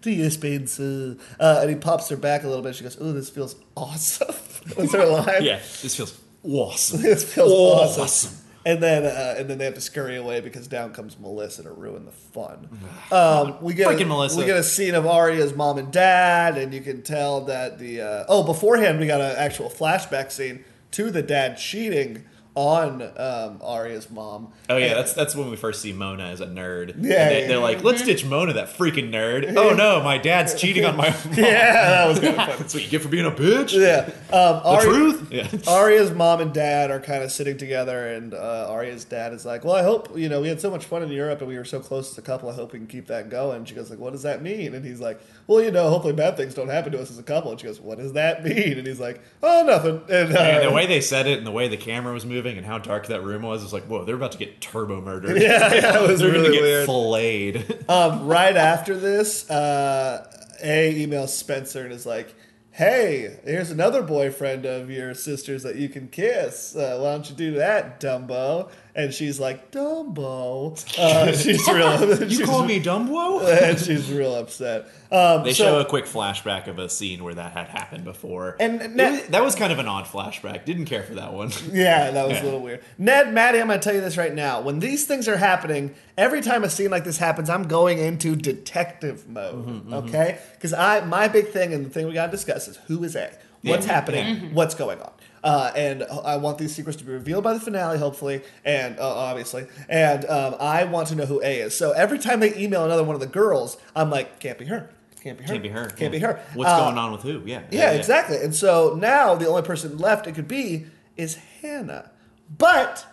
to you, Spencer. Uh, and he pops her back a little bit. She goes, "Ooh, this feels awesome." That's her line. yeah, this feels awesome. this feels awesome. Awesome. And then, uh, and then they have to scurry away because down comes Melissa to ruin the fun. Um, we get a, Freaking Melissa. we get a scene of Arya's mom and dad, and you can tell that the uh, oh beforehand we got an actual flashback scene to the dad cheating on um, Arya's mom. Oh yeah, that's that's when we first see Mona as a nerd. And Yeah, they, yeah. they're like, let's ditch Mona, that freaking nerd. Oh no, my dad's cheating on my. yeah, that was good. that's what you get for being a bitch. yeah. Um, The Arya- truth. Yeah. Arya's mom and dad are kind of sitting together, and uh, Arya's dad is like, "Well, I hope you know we had so much fun in Europe, and we were so close as a couple. I hope we can keep that going." She goes like, "What does that mean?" And he's like, "Well, you know, hopefully bad things don't happen to us as a couple." And she goes, "What does that mean?" And he's like, "Oh, nothing." And, uh, And the way they said it, and the way the camera was moving, and how dark that room was, it's like, whoa, they're about to get turbo murdered. yeah, yeah, it was they're really gonna get weird. filleted. um, right after this, uh, A emails Spencer and is like, "Hey, here's another boyfriend of your sister's that you can kiss. Uh, why don't you do that, Dumbo?" And she's like, "Dumbo." Uh, she's real. you she's, call me Dumbo? and she's real upset. Um, They so- show a quick flashback of a scene where that had happened before, And It that- was- that was kind of an odd flashback. Didn't care for that one. Yeah, that was a Yeah. little weird. Ned, Maddie, I'm going to tell you this right now. When these things are happening, every time a scene like this happens, I'm going into detective mode. Mm-hmm, Okay, because I my big thing and the thing we got to discuss is who is A, what's Yeah. Mm-hmm. happening, what's going on, uh, and I want these secrets to be revealed by the finale, hopefully, and uh, obviously, and um, I want to know who A is. So every time they email another one of the girls, I'm like, can't be her. Can't be her. Can't be her. Can't yeah. be her. What's Uh, going on with who? Yeah. yeah, exactly. And so now the only person left it could be is Hannah. But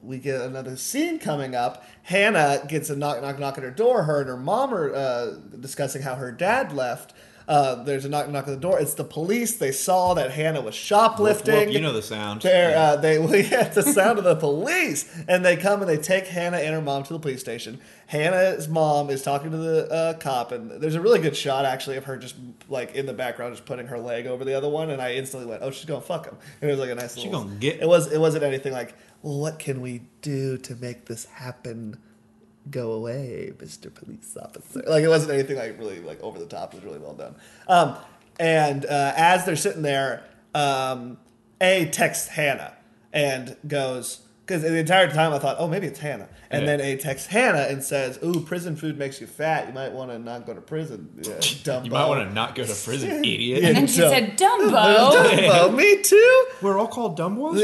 we get another scene coming up. Hannah gets a knock, knock, knock at her door. Her and her mom are uh, discussing how her dad left. Uh, there's a knock knock on the door. It's the police. They saw that Hannah was shoplifting. Whoop, whoop, you know the sound. They're, uh, they well, yeah, it's the sound of the police, and they come and they take Hannah and her mom to the police station. Hannah's mom is talking to the uh, cop, and there's a really good shot actually of her just like in the background, just putting her leg over the other one, and I instantly went, "Oh, she's gonna fuck him." And it was like a nice. She little, gonna get- It was. It wasn't anything like, "Well, what can we do to make this happen?" Go away, Mr. Police Officer. Like it wasn't anything like really like over the top. It was really well done. Um, and uh, as they're sitting there, um, A texts Hannah and goes, because the entire time I thought, oh, maybe it's Hannah. And Yeah. then A texts Hannah and says, ooh, prison food makes you fat. You might want to not go to prison, yeah, dumb You might want to not go to prison, idiot. Yeah. And then she So- said, Dumbo. Dumbo, me too. We're all called dumb ones.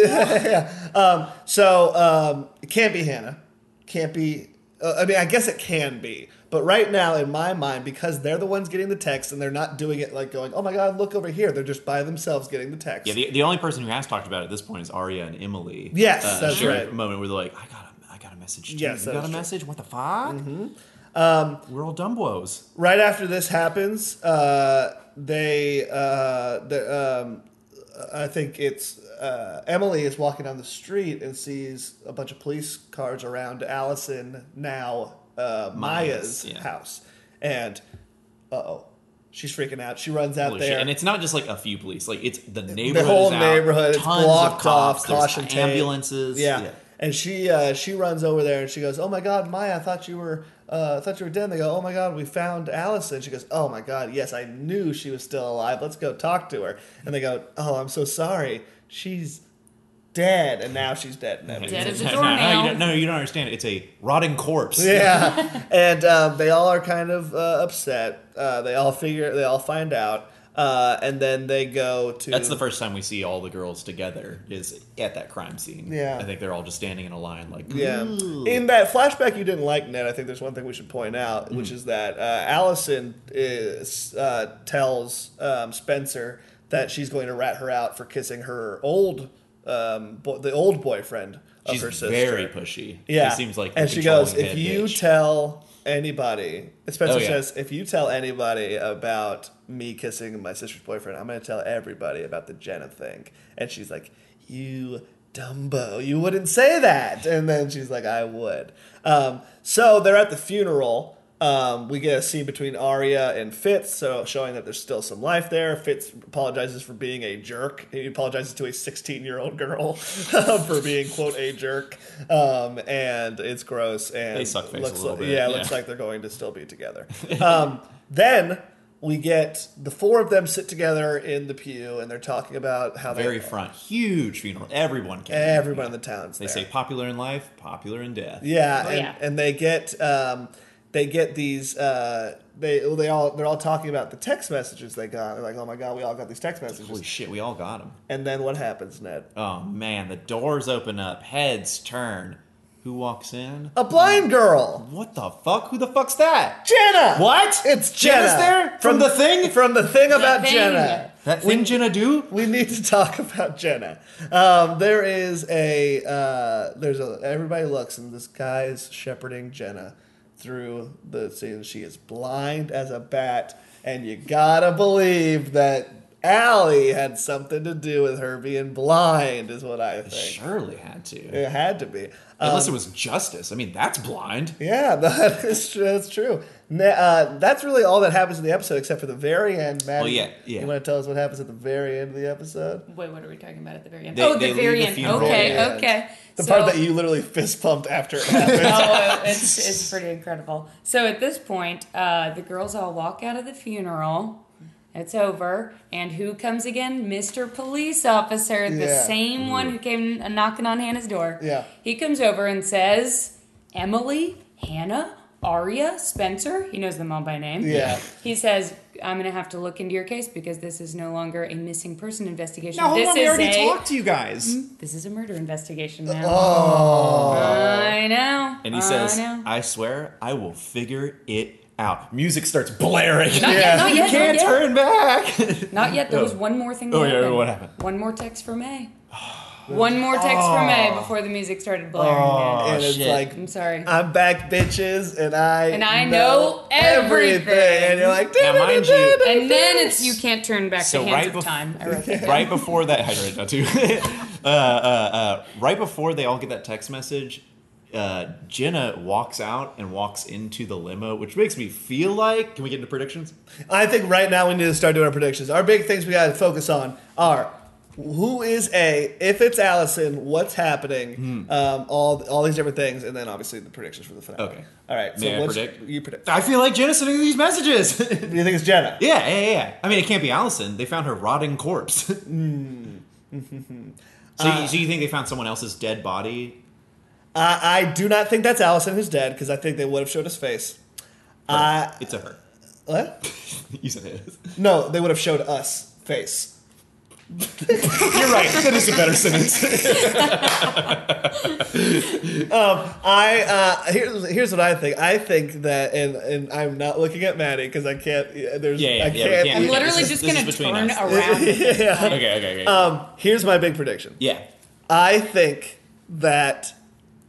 So um, it can't be Hannah. Can't be. Uh, I mean, I guess it can be. But right now, in my mind, because they're the ones getting the text and they're not doing it like going, oh my God, look over here. They're just by themselves getting the text. Yeah, the, the only person who has talked about it at this point is Arya and Emily. Yes, that's shared right. A moment where they're like, I got a, I got a message. Too. Yes, you that is true. got a Mm-hmm. message. What the fuck? Um, We're all dumbos. right after this happens, uh, they, uh, the, um, I think it's uh, Emily is walking down the street and sees a bunch of police cars around Allison now uh, Maya's Maya's, yeah. house, and uh oh, she's freaking out. She runs out Holy there. shit. And it's not just like a few police. Like it's the neighborhood. whole is out, neighborhood, it's Tons blocked of cops, off, there's caution tape. ambulances. Yeah. And she uh, she runs over there and she goes, "Oh my God, Maya! I thought you were uh, I thought you were dead." And they go, "Oh my God, we found Allison." She goes, "Oh my God, yes, I knew she was still alive. Let's go talk to her." And they go, "Oh, I'm so sorry. She's dead, and now she's dead." And everything. Dead as a No, No, doornail. you don't, no, you don't understand. It's a rotting corpse. yeah, and um, they all are kind of uh, upset. Uh, they all figure they all find out, uh, and then they go to That's the first time we see all the girls together is at that crime scene. Yeah. I think they're all just standing in a line like, Yeah. "Ooh." In that flashback you didn't like, Ned, I think there's one thing we should point out, Mm. which is that uh, Allison is, uh, tells um, Spencer that she's going to rat her out for kissing her old, um, bo- the old boyfriend of She's her sister. very pushy. Yeah. She seems like the and she goes, controlling if head you bitch." tell anybody, Spencer Oh, yeah. says, if you tell anybody about me kissing my sister's boyfriend, I'm going to tell everybody about the Jenna thing. And she's like, you dumbo, you wouldn't say that. And then she's like, I would. Um, so they're at the funeral. Um, we get a scene between Arya and Fitz, so showing that there's still some life there. Fitz apologizes for being a jerk. He apologizes to a 16 year old girl for being quote a jerk, um, and it's gross. And They suck face a looks little like, bit, Yeah, yeah. looks like they're going to still be together. Um, then we get the four of them sit together in the pew, and they're talking about how they- very front, huge funeral. Everyone can. everyone in the town's They there. say popular in life, popular in death. Yeah, Oh, and, yeah. and they get um, they get these uh, they well, they all they're all talking about the text messages they got. They're like, oh my god, we all got these text messages. Holy shit, we all got them. and then what happens, Ned? Oh man, the doors open up, heads turn. Who walks in? A blind girl, What the fuck? Who the fuck's that? Jenna. What? It's Jenna. Jenna's there from the thing. From the thing about thing. Jenna. That thing Jenna do? We need to talk about Jenna. Um, there is a uh, there's a everybody looks and this guy is shepherding Jenna through the scene. She is blind as a bat, and you gotta believe that Allie had something to do with her being blind, is what I think. Surely had to. It had to be. Unless Um, it was justice. I mean, that's blind. Yeah, that is true. That's true. Na- uh, that's really all that happens in the episode, except for the very end. Maddie, Oh, yeah, yeah. You want to tell us what happens at the very end of the episode? Wait, what are we talking about at the very end? They- oh, they the leave very the end. funeral Okay, at the end. okay. The So- part that you literally fist pumped after it happened. oh, it's, it's pretty incredible. So at this point, uh, the girls all walk out of the funeral. It's over. And who comes again? Mr. Police Officer, the Yeah. same one who came knocking on Hannah's door. Yeah. He comes over and says, Emily, Hannah, Aria, Spencer. He knows them all by name. Yeah. He says, I'm going to have to look into your case because this is no longer a missing person investigation. Now hold this on, we is already a, talked to you guys. This is a murder investigation now. Oh. I know. And he I says, know. I swear, I will figure it out. Music starts blaring. Yeah. Not you yet, can't not yet. turn back. Not yet. There was Oh. one more thing. Oh, that yeah, what happened? One more text from A. One more text Oh. from A before the music started blaring again. and it's Oh, shit. like I'm sorry. I'm back, bitches, and I And I know everything. And you're like, Now, mind you- and then it's you can't turn back So the hands right of bef- time. I wrote that. right before that, I read that too. uh, uh, uh, right before they all get that text message, uh, Jenna walks out and walks into the limo, which makes me feel like. Can we get into predictions? I think right now we need to start doing our predictions. Our big things we got to focus on are who is A, if it's Allison, what's happening, Hmm. um, all all these different things, and then obviously the predictions for the finale. Okay. All right. So May I what's- predict? You predict. I feel like Jenna's sending these messages. Do you think it's Jenna? yeah, yeah, yeah. I mean, it can't be Allison. They found her rotting corpse. so, Hmm. you, so you think they found someone else's dead body? I, I do not think that's Allison who's dead because I think they would have showed his face. I It's a her. what? you said it is. No, they would have showed us face. You're right. That is a better sentence. I uh, here's here's what I think. I think that, and and I'm not looking at Maddie because I can't. There's Yeah, yeah, I yeah, we can't. can't I'm Yeah, literally this is- just this gonna is between turn us. around. yeah. okay, okay, okay. Um, here's my big prediction. yeah. I think that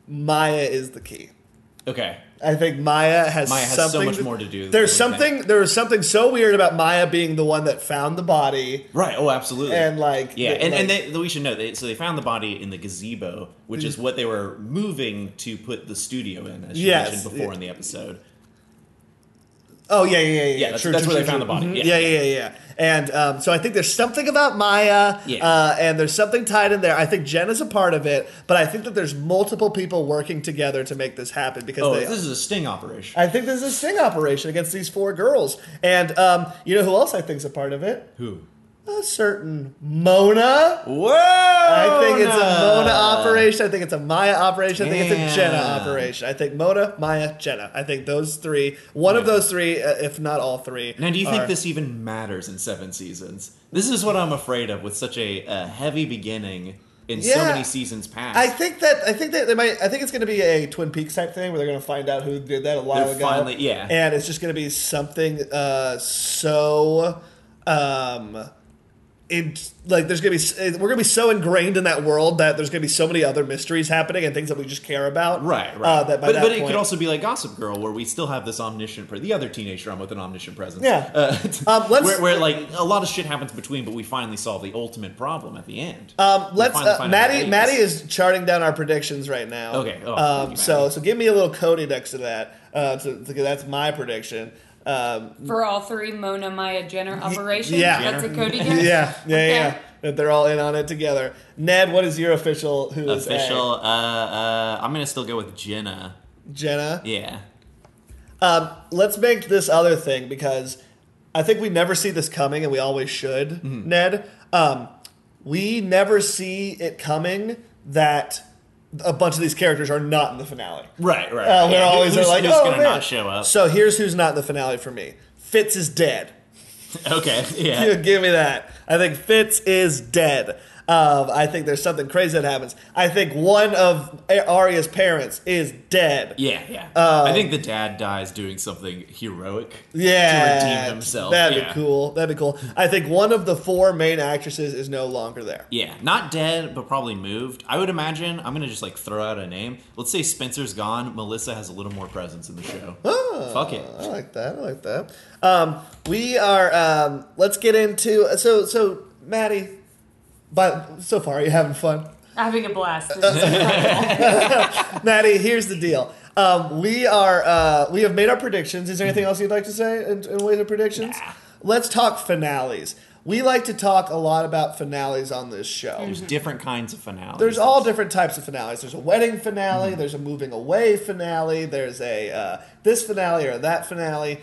Maya is the key. Okay. I think Maya has Maya has so something much more to do than There's we think. something. There was something so weird about Maya being the one that found the body, Right. Oh, absolutely. and like yeah, the- and, and like- Mm. they, we should know they, so they found the body in the gazebo, which is what they were moving to put the studio in, as you Yes. mentioned before in the episode. oh yeah yeah yeah yeah. Yeah, that's- that's where they found the body. Mhm. Yeah. yeah yeah yeah. And um, so I think there's something about Maya, Yeah. uh, and there's something tied in there. I think Jen is a part of it, but I think that there's multiple people working together to make this happen because Oh, they, this is a sting operation. I think this is a sting operation against these four girls. And um, you know who else I think's a part of it? Who? A certain Mona. Whoa! I think it's a Mona operation. I think it's a Maya operation. I think it's a Jenna Damn. operation. I think Mona, Maya, Jenna. I think those three, one of Yeah. those three, uh, if not all three. Now, do you think are- this even matters in seven seasons? This is what I'm afraid of with such a, a heavy beginning in so Yeah. many seasons past. I think that I think that they might. I think it's going to be a Twin Peaks type thing where they're going to find out who did that a while They're ago. finally- yeah. and it's just going to be something uh, so. Um, it, like there's gonna be s- we're gonna be so ingrained in that world that there's gonna be so many other mysteries happening and things that we just care about. Right, right. Uh, that by but that but point, it could also be like Gossip Girl, where we still have this omniscient, pre- the other teenage drama with an omniscient presence. Yeah. Uh, Um, let's- where, where like a lot of shit happens between, but we finally solve the ultimate problem at the end. Um, We let's. finally Uh, find out what it Maddie, Maddie is charting down our predictions right now. Okay. Oh, thank um, you, so Maddie. so give me a little Cody next to that. Uh, to, to- that's my prediction. Um, For all three Mona Maya Jenner operations. yeah. That's a Cody yeah, did? yeah, Okay. yeah. That they're all in on it together. Ned, what is your official? Who is A? official. Uh, uh, I'm gonna still go with Jenna. Jenna. Yeah. Um, let's make this other thing because I think we never see this coming, and we always should. Mm-hmm. Ned, um, we never see it coming that a bunch of these characters are not in the finale. Right. Right. Uh, we're Yeah, always who's, like, who's oh, gonna man." not show up? So here's who's not in the finale for me. Fitz is dead. okay. You Yeah. give me that. I think Fitz is dead. Um, I think there's something crazy that happens. I think one of A- Arya's parents is dead. Yeah, yeah. Uh, I think the dad dies doing something heroic. Yeah, To redeem himself. That'd Yeah. be cool. That'd be cool. I think one of the four main actresses is no longer there. Yeah, not dead, but probably moved. I would imagine. I'm gonna just like throw out a name. Let's say Spencer's gone. Melissa has a little more presence in the show. Ah. Fuck it. I like that. I like that. Um, we are. Um, let's get into. So so Maddie, but so far are you having fun? Having a blast. Uh, Maddie, here's the deal. Um, we are uh, we have made our predictions. Is there anything else you'd like to say in, in ways of predictions? Let's talk finales. We like to talk a lot about finales on this show. There's different kinds of finales. There's all different types of finales. There's a wedding Mm-hmm. finale. There's a moving away finale. There's a uh, this finale or that finale.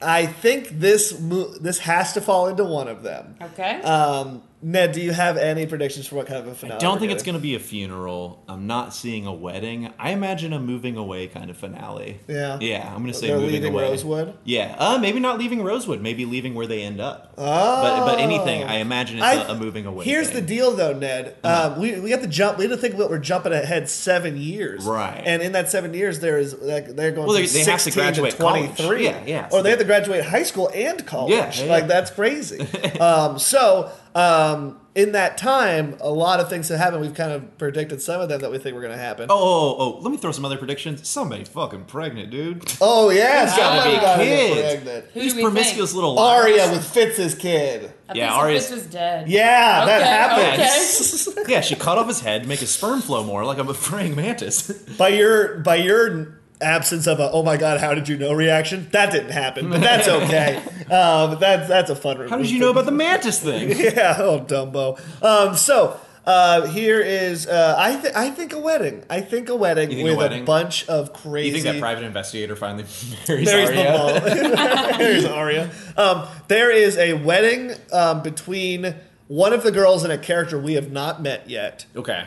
I think this mo- this has to fall into one of them. Okay. Um, Ned, do you have any predictions for what kind of a finale? I don't we're think it's getting? gonna be a funeral. I'm not seeing a wedding. I imagine a moving away kind of finale. Yeah. Yeah. I'm gonna say They're moving leaving away. Rosewood? Yeah. Uh, maybe not leaving Rosewood. Maybe leaving where they end up. Oh. Oh. But but anything. I imagine it's I- a a moving away. Here's thing. Uh-huh. the deal, though, Ned. Um, we we have to jump. We have to think about we're jumping ahead seven years, Right. And in that seven years, there is like, they're going. Well, from they- they have to 16 graduate twenty college. three. Yeah, yeah. Or they have to graduate high school and college. Yeah, yeah, like yeah. that's crazy. um, so um, in that time, a lot of things have happened. We've kind of predicted some of them that we think were going to happen. Oh, oh, oh, oh, let me throw some other predictions. Somebody's fucking pregnant, dude. Oh, yeah, There's gotta somebody be got to get kids. pregnant. Who These do we promiscuous think? little Aria with Fitz's kid. I Yeah, thought Arya's- Sophus was dead. Yeah, that Okay, happened. okay. Oh, yeah, she cut off his head, make his sperm flow more like I'm a praying mantis. By your by your absence of a oh my god, how did you know reaction? That didn't happen, but that's okay. uh, but that's that's a fun. How did you know about the mantis thing? yeah, oh Dumbo. Um, so uh, here is uh, I th- I think a wedding. I think a wedding You think a with a, wedding? bunch of crazy. You think that private investigator finally marries There's Arya? the ball. There's Arya. Um, there is a wedding um, between one of the girls and a character we have not met yet. Okay.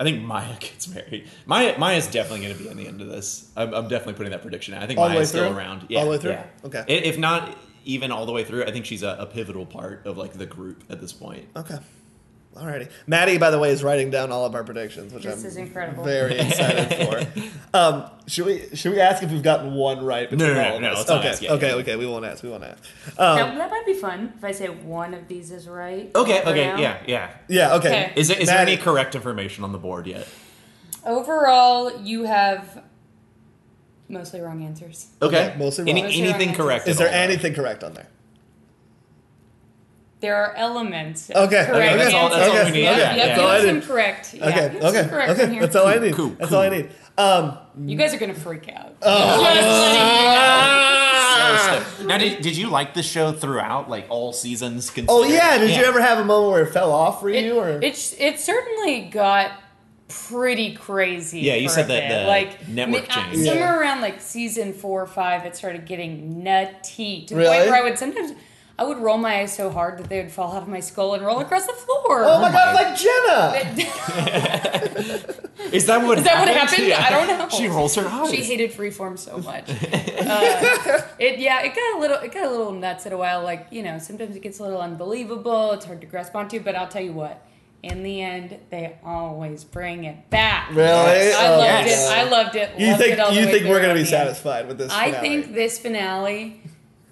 I think Maya gets married. Maya Maya's definitely going to be on the end of this. I'm, I'm definitely putting that prediction out. I think All the Maya's way still through? around. All Yeah, the way through? yeah. Okay. I- If not even all the way through, I think she's a, a pivotal part of like the group at this point. Okay. Alrighty. Maddie, by the way, is writing down all of our predictions, which This I'm is incredible. very excited for. Um, should we should we ask if we've gotten one right? between no, no, all of no, us? let's not Okay, ask. Yeah, okay, yeah. okay. We won't ask. We won't ask. Um, that, that might be fun if I say one of these is right. Okay, for okay, now. yeah, yeah. Yeah. Okay. Okay. Is, it, is there Maddie- any correct information on the board yet? Overall, you have mostly wrong answers. Okay. Okay, mostly Any, wrong. Mostly wrong anything correct? Is at there all? anything correct on there? There are elements. of Okay, okay, correct that's all- that's all answers. we need. Yep, Okay, yep, yeah. you That's all I have some need. correct. Yeah, Okay. you have Okay. some correct in Okay. here. That's all I need. Cool, That's all I cool. need. Um, You guys are gonna freak out. Oh. Just letting you know. Uh. Now, did, did you like the show throughout, like all seasons? Considered? oh yeah. Did you ever have a moment where it fell off for it, you? Or it's- it certainly got pretty crazy. Yeah, you for said a that bit. the like network I- changed. somewhere around like season four or five, it started getting nutty to the Really? point where I would sometimes I would roll my eyes so hard that they would fall out of my skull and roll across the floor. oh my god, like Jenna. Is that what? Is that what happened? I don't know. She rolls her eyes. She hated freeform so much. Uh, it yeah, it got a little it got a little nuts at a while. Like you know, sometimes it gets a little unbelievable. It's hard to grasp onto. But I'll tell you what, in the end, they always bring it back. Really? I Oh, loved yes. it. I loved it. You loved think it all the you way think we're through gonna in be the end. satisfied with this? I finale? think this finale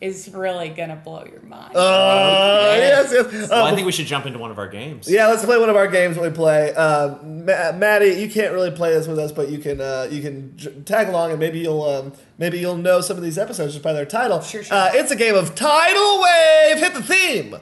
is really gonna blow your mind. Uh, yes, yes. Well, Uh, I think we should jump into one of our games. Yeah, let's play one of our games that we play. Uh, Ma- Maddie, you can't really play this with us, but you can uh, you can j- tag along, and maybe you'll um, maybe you'll know some of these episodes just by their title. Sure, sure. Uh, it's a game of tidal wave. Hit the theme.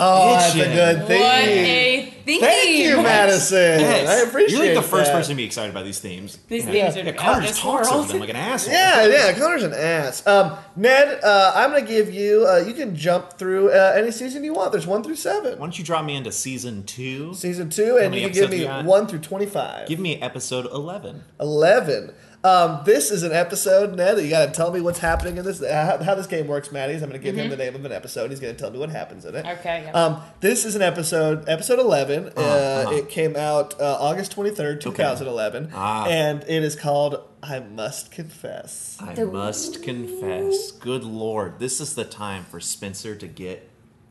Oh, that's a Itching. good what theme. a theme! Thank you, Madison. Yes. I appreciate. You're like the first that. person to be excited by these themes. These yeah. themes are Yeah, yeah, Connor just talks over them like an asshole. Yeah, yeah, Connor's an ass. Um, Ned, uh, I'm gonna give you. Uh, you can jump through uh, any season you want. There's one through seven. Why don't you drop me into season two? season two, and many you can give episodes me we got? one through twenty-five. Give me episode eleven. Eleven. Um, this is an episode, Ned. That you got to tell me what's happening in this. How, how this game works, Maddie. Is I'm going to give him the name of an episode. He's going to tell me what happens in it. Okay, yeah. Um, this is an episode, episode eleven. Uh, Uh-huh. It came out uh, August 23rd, 2011, Ah. and it is called "I Must Confess." I must confess, good lord, this is the time for Spencer to get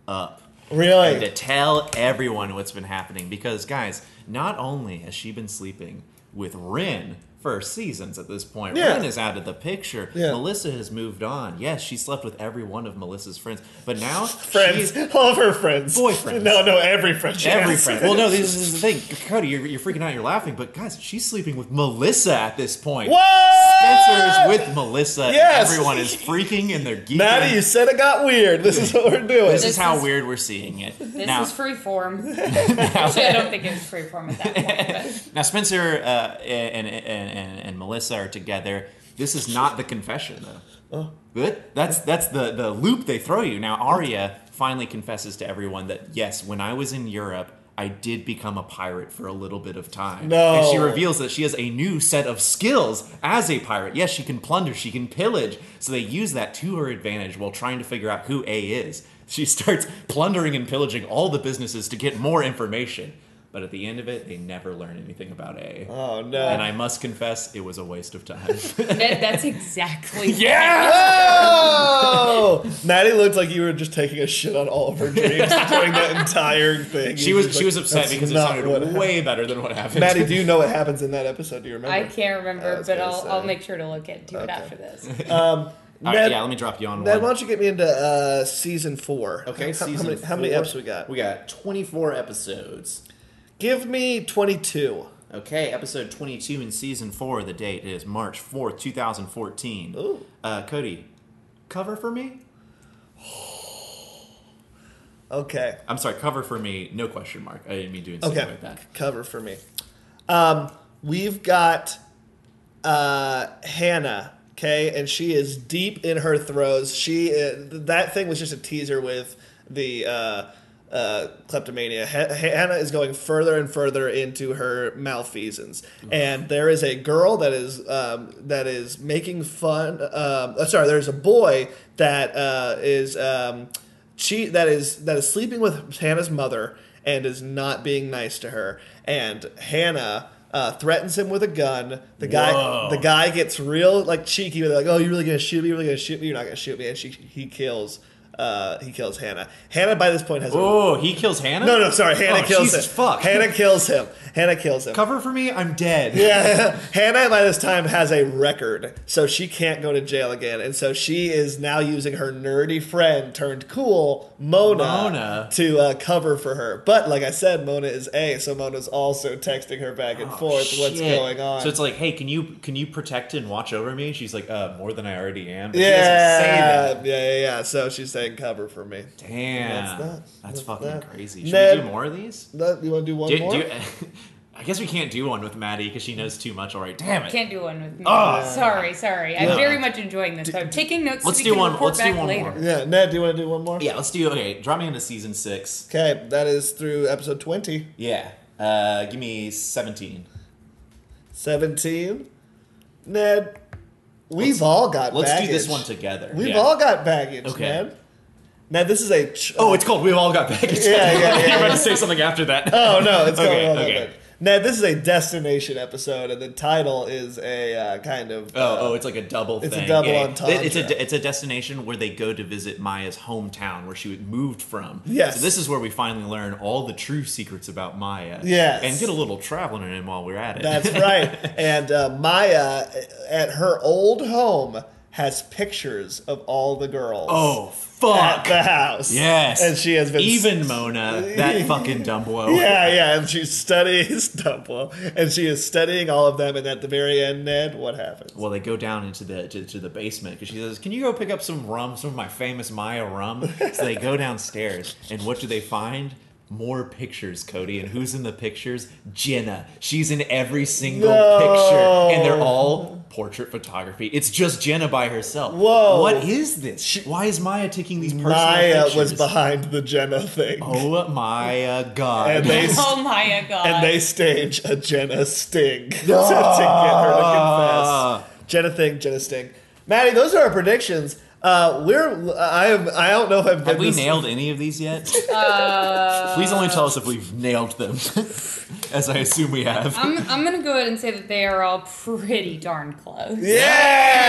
up. and to Really? tell everyone what's been happening because guys not only has she been sleeping with Rin for seasons at this point Yeah. Rin is out of the picture Yeah. Melissa has moved on yes she slept with every one of Melissa's friends but now Friends, she's all of her friends, Boyfriends. No, no, every friend, she Every has. friend. Well, no, this is the thing, Cody. You're, you're freaking out. You're laughing, but guys, she's sleeping with Melissa at this point. What? Spencer is with Melissa. and Yes. everyone is freaking and they're geeking. Maddie, you said it got weird. This is what we're doing. this, is This how is- weird we're seeing it. This now, is freeform. Actually, I don't think it was freeform at that point. But. Now Spencer uh, and, and and and Melissa are together. This is not the confession though. Good. That's that's the the loop they throw you. Now Arya finally confesses to everyone that yes, when I was in Europe, I did become a pirate for a little bit of time. No. And she reveals that she has a new set of skills as a pirate. Yes, she can plunder, she can pillage. So they use that to her advantage while trying to figure out who A is. She starts plundering and pillaging all the businesses to get more information. But at the end of it, they never learn anything about A. oh no. And I must confess, it was a waste of time. That, that's exactly. yeah! Oh! Maddie looked like you were just taking a shit on all of her dreams during that entire thing. She You was just she like, was upset "That's because it not sounded what way happened." better than what happened. Maddie, do you know what happens in that episode? Do you remember? I can't remember, I was but gonna I'll, say. I'll make sure to look into it after this. All right, Ned- yeah, let me drop you on Ned, why one. don't you get me into uh, season four? Okay, How, how season many, how many four. eps we got? We got 24 episodes. Give me 22. Okay, episode 22 in season four. The date is March 4th, 2014. Ooh. Uh, Cody, cover for me? Okay. I'm sorry, cover for me, no question mark. I didn't mean to insinuate Okay. that. Cover for me. Um, we've got uh, Hannah. Okay, and she is deep in her throes. She uh, that thing was just a teaser with the uh, uh, kleptomania. Ha- Hannah is going further and further into her malfeasance, and there is a girl that is um, that is making fun. Um, uh, sorry, there's a boy that uh, is um, she that is that is sleeping with Hannah's mother and is not being nice to her. And Hannah uh, threatens him with a gun. The guy Whoa. the guy gets real like cheeky. They're like, "Oh, you really gonna shoot me? You really gonna shoot me? You're not gonna shoot me." And she he kills uh, he kills Hannah. Hannah by this point has a Oh, he kills Hannah? no no sorry Hannah Oh, kills Jesus, him. fuck. Hannah kills him. Hannah kills him. Cover for me, I'm dead. Yeah, Hannah by this time has a record, so she can't go to jail again, and so she is now using her nerdy friend turned cool Mona, Mona. to uh, cover for her. But like I said, Mona is a, so Mona's also texting her back and forth what's Oh, Shit. going on. So it's like, hey, can you can you protect and watch over me? And she's like, uh, more than I already am. But she doesn't yeah, say that. yeah, yeah, yeah. So she's saying cover for me. Damn, That's that. that's, That's fucking that. crazy. Should Ned- we do more of these? No, You want to do one Do, more? do you- I guess we can't do one with Maddie because she knows too much already. Damn it! Can't do one with me. Oh. sorry, sorry. I'm very much enjoying this. I'm taking notes. Let's so do we can one- report let's do back one later. more. yeah, Ned, do you want to do one more? Yeah, let's do. Okay, drop me into season six. Okay, that is through episode 20. Yeah, uh, give me seventeen. 17. Ned, we've all got Let's baggage. do this one together. We've Yeah. all got baggage, Okay. Ned. Ned, this is a. Ch- Oh, it's called. We've all got baggage. Yeah, yeah, yeah, You're yeah. about to say something after that. Oh, no, it's called. Okay, All Got okay. Baggage. Ned, this is a destination episode, and the title is a uh, kind of. uh, Oh, oh, it's like a double it's a thing. double yeah. entendre. It's a it's a destination where they go to visit Maya's hometown where she moved from. Yes. So this is where we finally learn all the true secrets about Maya. Yes. And get a little traveling in while we're at it. That's right. And uh, Maya, at her old home, has pictures of all the girls. oh At fuck. the house. Yes. And she has been. even Mona that fucking Dumbo. Yeah, yeah, and she studies Dumbo, and she is studying all of them, and at the very end, Ned, what happens? Well, they go down into the to, to the basement because she says, "Can you go pick up some rum, some of my famous Maya rum?" So they go downstairs, and what do they find? More pictures, Cody. And who's in the pictures? Jenna. She's in every single No. picture, and they're all portrait photography. It's just Jenna by herself. Whoa. What is this? Why is Maya taking these personal Maya pictures? was behind the Jenna thing, Oh my uh, god! and they Oh my god. and they stage a Jenna sting to, to get her to confess. Jenna thing, Jenna sting. Maddie, those are our predictions. Uh, we're I am I don't know if I've been Have we this- nailed any of these yet? Uh, Please only tell us if we've nailed them, as I assume we have. I'm, I'm gonna go ahead and say that they are all pretty darn close.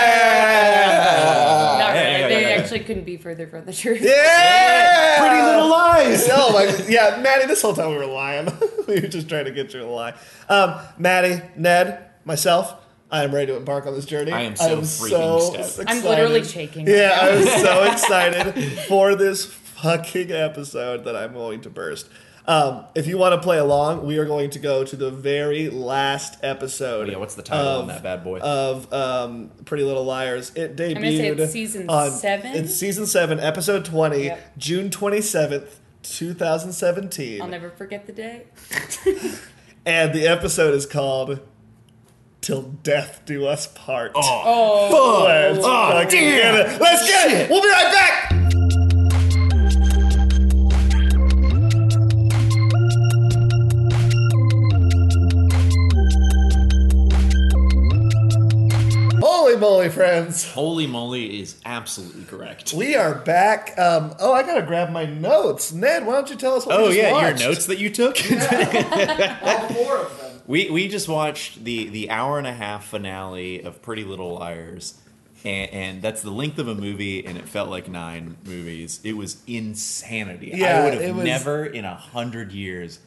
Yeah, Not yeah, really. yeah, they yeah, yeah. actually couldn't be further from the truth. yeah, Pretty Little Lies. oh my, yeah, Maddie. This whole time we were lying. we were just trying to get you to lie. Um, Maddie, Ned, myself. I am ready to embark on this journey. I am so freaking stoked. I'm literally shaking right Yeah, I was so excited for this fucking episode that I'm going to burst. Um, if you want to play along, we are going to go to the very last episode. Yeah, what's the title on that bad boy? Of um, Pretty Little Liars. It debuted. gonna say it's season on- seven? It's season seven, episode twenty, Yep. June twenty seventh, two thousand seventeen. I'll never forget the day. And the episode is called Till Death Do Us Part. Oh, Let's fucking damn. get it. Let's get it. We'll be right back. Holy moly, friends. Holy moly is absolutely correct. We are back. Um, oh, I gotta grab my notes. Ned, why don't you tell us what we Oh just yeah, watched? your notes that you took. All four of them. we we just watched the the hour and a half finale of Pretty Little Liars. And, and that's the length of a movie, and it felt like nine movies. It was insanity. Yeah, I would it have was- never in a hundred years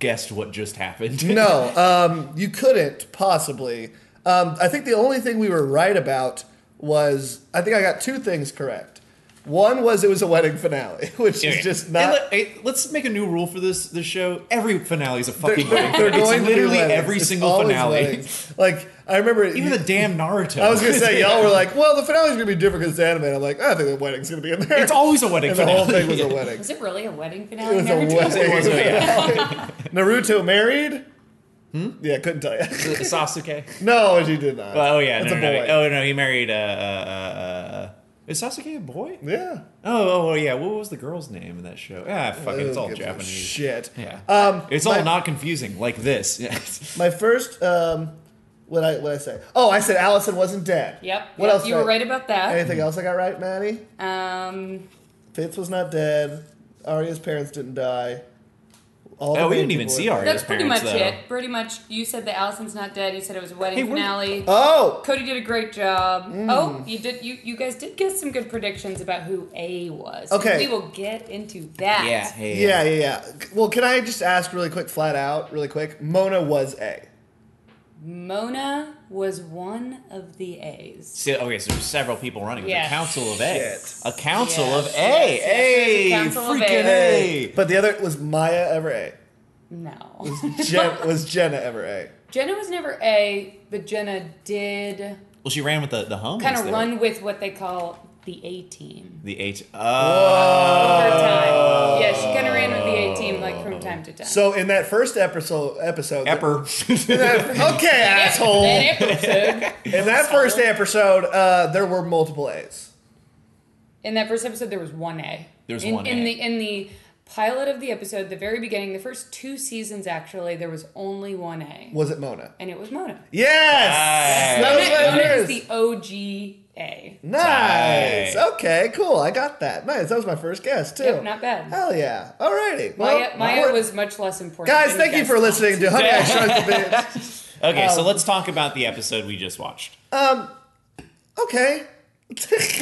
guessed what just happened. No, um, you couldn't possibly. Um, I think the only thing we were right about was I think I got two things correct. One was it was a wedding finale, which Okay. is just And not. let- hey, let's make a new rule for this this show. Every finale is a fucking they're- wedding. they're it's going to be literally weddings. every It's single always finale. weddings. Like I remember, Even the damn Naruto. I was gonna say y'all were like, "Well, the finale's gonna be different because it's anime." And I'm like, "I think the wedding's gonna be in there." It's always a wedding and the whole finale. thing was a wedding. Was it really a wedding It finale? was a Naruto? wedding. was, finale. Naruto married. Hmm? Yeah, couldn't tell you. Sasuke. no, she did not. Oh yeah, it's no, a no, no. boy. Oh no, he married. Uh, uh, uh, uh, is Sasuke a boy? Yeah, Oh, oh yeah. What was the girl's name in that show? Ah, fuck it. It's Who all gives a Japanese. Shit. Yeah. Oh, Um, it's my- all not confusing like this. Yes. My first, um, what I what I say? Oh, I said Allison wasn't dead. Yep. What yep, else? You did were I- right about that. Anything else I got right, Maddie? Um, Fitz was not dead. Arya's parents didn't die. All the Oh, we main didn't even people see were- Arya. that's his pretty parents, much though. it. Pretty much, you said that Allison's not dead. You said it was a wedding Hey, we're- finale. Oh, Cody did a great job. Oh, you did. You you guys did get some good predictions about who A was. Okay. we will get into that. Yeah. Hey, yeah, yeah, yeah. Well, can I just ask really quick, flat out, really quick? Mona was A. Mona was one of the A's. So, okay, so there's several people running. It was Yes. A council of A. Shit. A council Yes, of A. yes, yes, a. yes, it's a council of freaking A. A. But the other was Maya ever A. No, Jen, was Jenna ever A? Jenna was never A, but Jenna did Well, she ran with the, the homies. kind of there. run with what they call the A team. The H. Oh. Over time, yeah, she kind of ran with the A team like from time to time. So in that first episode, episode, Epper. okay, asshole. That episode, In that first episode, uh, there were multiple A's. in that first episode, there was one A. There's in, one in A. the in the pilot of the episode, the very beginning, the first two seasons actually, there was only one A, Was it Mona? and it was Mona. Yes, Nice. that was my Mona is first. the OG A. Nice. Nice. Okay, cool. I got that. Nice. That was my first guess too. Yep, not bad. Hell yeah. Alrighty. Maya, Well, Maya we're- was much less important. Guys, than thank you guys for thought. listening to Honey I Shrunk the Bitch. okay, so let's talk about the episode we just watched. Okay.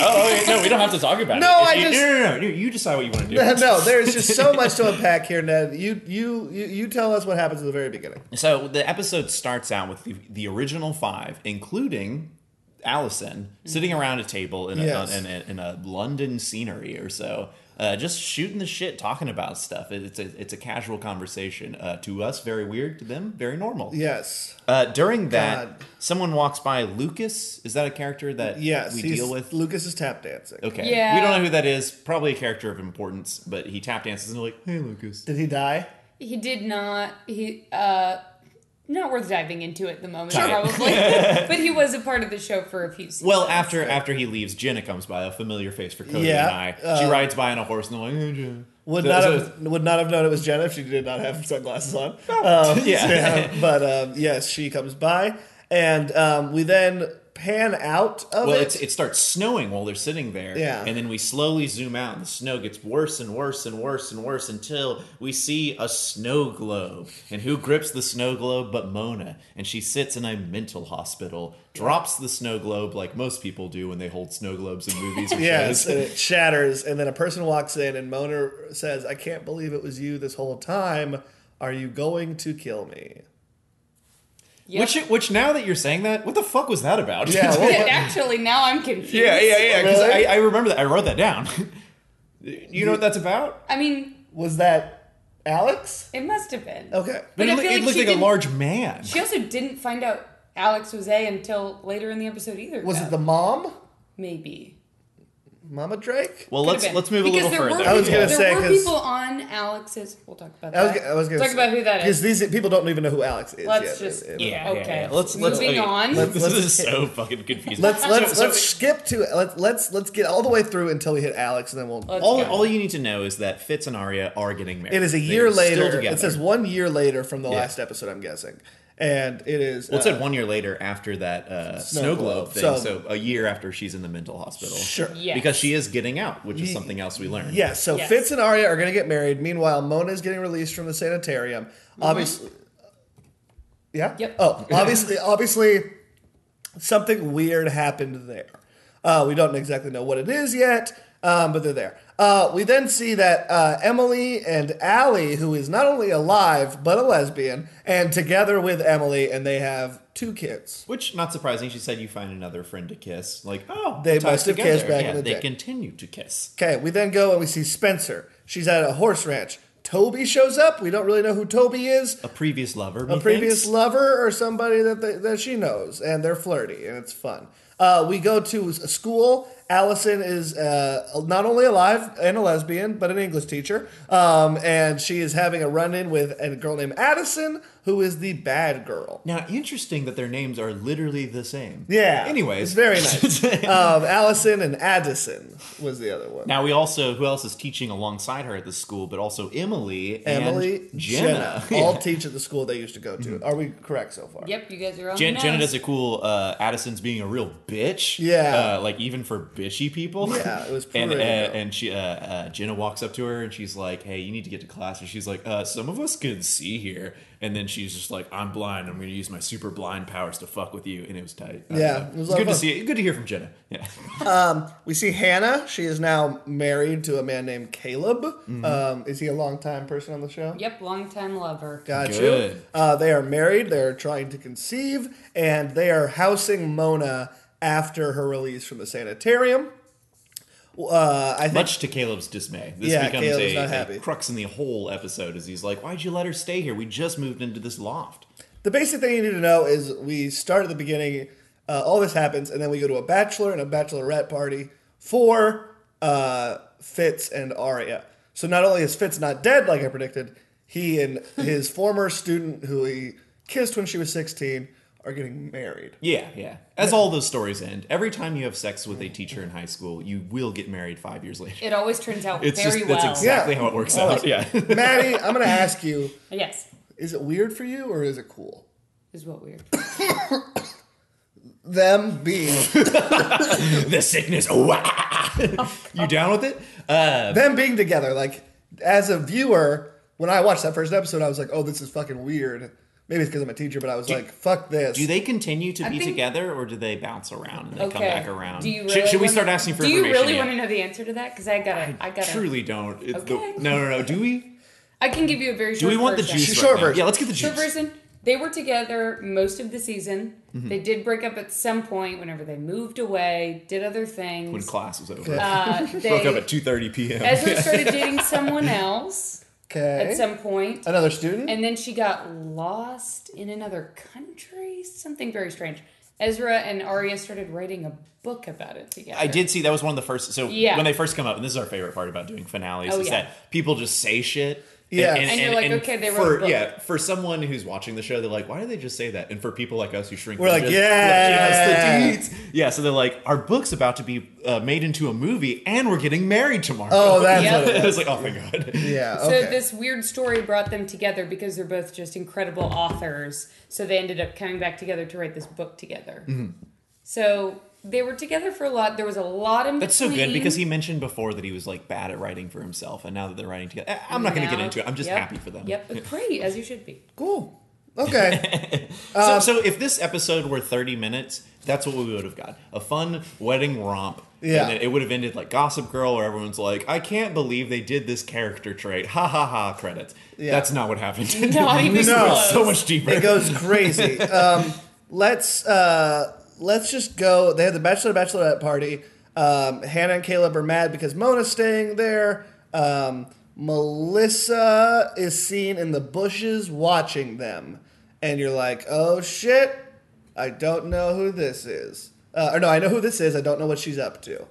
Oh, okay, no, we don't have to talk about No, it. I You- just- No, no, no, no. You, you decide what you want to do. no, there's just so much to unpack here, Ned. You, you, you, you tell us what happens at the very beginning. So the episode starts out with the, the original five, including Allison, sitting around a table in a, Mm-hmm. Yes. in a, in a London scenery or so, uh, just shooting the shit, talking about stuff. It- It's a, it's a casual conversation. Uh, to us, very weird. To them, very normal. Yes. Uh, during that, God. someone walks by Lucas. Is that a character that Yes. we he's- deal with? Lucas is tap dancing. Okay. Yeah. We don't know who that is. Probably a character of importance, but he tap dances and they're like, hey, Lucas. Did he die? He did not. He uh, not worth diving into at the moment, Sure. probably. but he was a part of the show for a few seasons. Well, after after he leaves, Jenna comes by, a familiar face for Cody Yeah, and I. She uh, rides by on a horse and they're like, hey, Jenna. Would So- not so- have would not have known it was Jenna if she did not have sunglasses on. Um, Yeah. but um, yes, she comes by, and um, we then pan out of well, it. it's, it starts snowing while they're sitting there. Yeah. And then we slowly zoom out, and the snow gets worse and worse and worse and worse until we see a snow globe. And who grips the snow globe but Mona? And she sits in a mental hospital, drops the snow globe like most people do when they hold snow globes in movies or Yes, shows. and it shatters, and then a person walks in, and Mona says, "I can't believe it was you this whole time. Are you going to kill me?" Yep. Which, which now that you're saying that, what the fuck was that about? Yeah, well, Yeah, actually, now I'm confused. yeah, yeah, yeah. Because Really? I, I remember that. I wrote that down. you know what that's about? I mean, was that Alex? it must have been. Okay, But it, I loo- feel it like looked she like a didn't- large man. She also didn't find out Alex was A until later in the episode either. was though. it the mom, maybe? Mama Drake? Well, Could let's have been. let's move a little Because there further. Were, I was gonna there say, were 'cause- people on Alex's. We'll talk about I that. was, I was gonna talk say- about who that because is. these people don't even know who Alex is. Let's yet. just It- it- Yeah, okay. yeah, yeah. Let's let's moving okay. on. Let's- This is so fucking confusing. Let's let's So- so- let's skip to let's let's let's get all the way through until we hit Alex, and then we'll. Let's all, go. all you need to know is that Fitz and Arya are getting married. It is a They year are still later. together. It says one year later from the last episode, I'm guessing, and it is. Well, it uh, said one year later after that uh, Snow snow, globe. globe thing, So- so, a year after she's in the mental hospital. Sure. Yes. Because she is getting out, which is something else we learned. Yes, so Yes. Fitz and Arya are going to get married. Meanwhile, Mona is getting released from the sanitarium. Obviously, yeah. Mm-hmm. Yep. Oh, obviously, obviously, something weird happened there. Uh, we don't exactly know what it is yet, um, but they're there. Uh, we then see that uh, Emily and Allie, who is not only alive but a lesbian, and together with Emily, and they have two kids. Which, not surprising, she said you find another friend to kiss. Like, oh, They ties must have together. kissed back yeah, in the They day. continue to kiss. Okay, we then go and we see Spencer. She's at a horse ranch. Toby shows up. We don't really know who Toby is. A previous lover. a previous lover or somebody that they, that she knows, and they're flirty and it's fun. Uh, we go to s- school. Allison is uh, not only alive and a lesbian, but an English teacher, um, and she is having a run-in with a girl named Addison, who is the bad girl. Now, interesting that their names are literally the same. Yeah. Anyways, it's very nice. um, Allison and Addison was the other one. Now we also who else is teaching alongside her at the school, but also Emily, and Emily, Jenna, Jenna. all teach at the school they used to go to. Are we correct so far? Yep, you guys are on. Jen- the Jenna nose. does a cool uh, Addison's being a real bitch. Yeah. Uh, like even for bitchy people. Yeah, it was and pretty uh, dope. and she uh, uh, Jenna walks up to her and she's like, "Hey, you need to get to class." And she's like, uh, "Some of us can see here." And then she's just like, "I'm blind. I'm going to use my super blind powers to fuck with you." And it was tight. I Yeah, don't know. it was a it was lot of good to fun. see. Good to hear from Jenna. Yeah. We see Hannah. She is now married to a man named Caleb. Um, is he a longtime person on the show? Yep, longtime lover. Got you. Good. Uh, they are married. They are trying to conceive, and they are housing Mona after her release from the sanitarium. Uh, I think Much to Caleb's dismay, this Yeah, becomes Caleb's a, not a happy. crux in the whole episode. As he's like, "Why'd you let her stay here? We just moved into this loft." the basic thing you need to know is we start at the beginning. Uh, all this happens, and then we go to a bachelor and a bachelorette party for uh, Fitz and Arya. So not only is Fitz not dead like I predicted, he and his former student who he kissed when she was sixteen are getting married. Yeah, yeah. As all those stories end, every time you have sex with a teacher in high school, you will get married five years later. It always turns out It's very just well. that's exactly how it works out. Yeah. Maddie, I'm going to ask you Yes, Is it weird for you or is it cool? is what weird. Them being the sickness. you down with it? them being together. Like as a viewer, when I watched that first episode, I was like, "Oh, this is fucking weird." Maybe it's because I'm a teacher, but I was like, "Fuck this." Do they continue to I be think- together or do they bounce around and then come back around? Do you Should- really should, we wanna- start asking for Do you information? really yet? want to know the answer to that? Because I gotta, I, gotta. Truly don't. It's the- Okay. no, no, no. Do we? I can give you a very Do short. we want the version. juice? Short right now? version. Yeah, let's get the juice. Short version. They were together most of the season. Mm-hmm. They did break up at some point. Whenever they moved away, did other things. When class was over. uh, they, Broke up at 2.30 p.m. Ezra started dating someone else okay. at some point. Another student. And then she got lost in another country. Something very strange. Ezra and Arya started writing a book about it together. I did see that was one of the first. So Yeah. when they first come up, and this is our favorite part about doing finales, Oh, is yeah. that people just say shit. Yeah. And you're like, okay, they wrote a for book. yeah, for someone who's watching the show, they're like, why do they just say that? And for people like us who shrink, We're they're like, just, yeah. give us the deets. yeah. So they're like, our book's about to be uh, made into a movie, and we're getting married tomorrow. oh, that's Yeah. what it it's like, oh my god, Yeah. So Okay. this weird story brought them together because they're both just incredible authors. So they ended up coming back together to write this book together. Mm-hmm. So they were together for a lot. There was a lot in That's so good between. because he mentioned before that he was like bad at writing for himself, and now that they're writing together, I- I'm not going to Now- get into it. I'm just yep, happy for them. Yep, great as you should be. cool. Okay. Um, So, so if this episode were 30 minutes, that's what we would have got. A fun wedding romp. Yeah. And then it would have ended like Gossip Girl, where everyone's like, I can't believe they did this character trait. Ha ha ha, credits. Yeah. That's not what happened. Not even this close. was so much deeper. it goes crazy. um, let's uh, let's just go. They had the bachelor bachelorette party. Um, Hannah and Caleb are mad because Mona's staying there. Um, Melissa is seen in the bushes watching them, and you're like, "Oh shit! I don't know who this is." Uh, or no, I know who this is. I don't know what she's up to.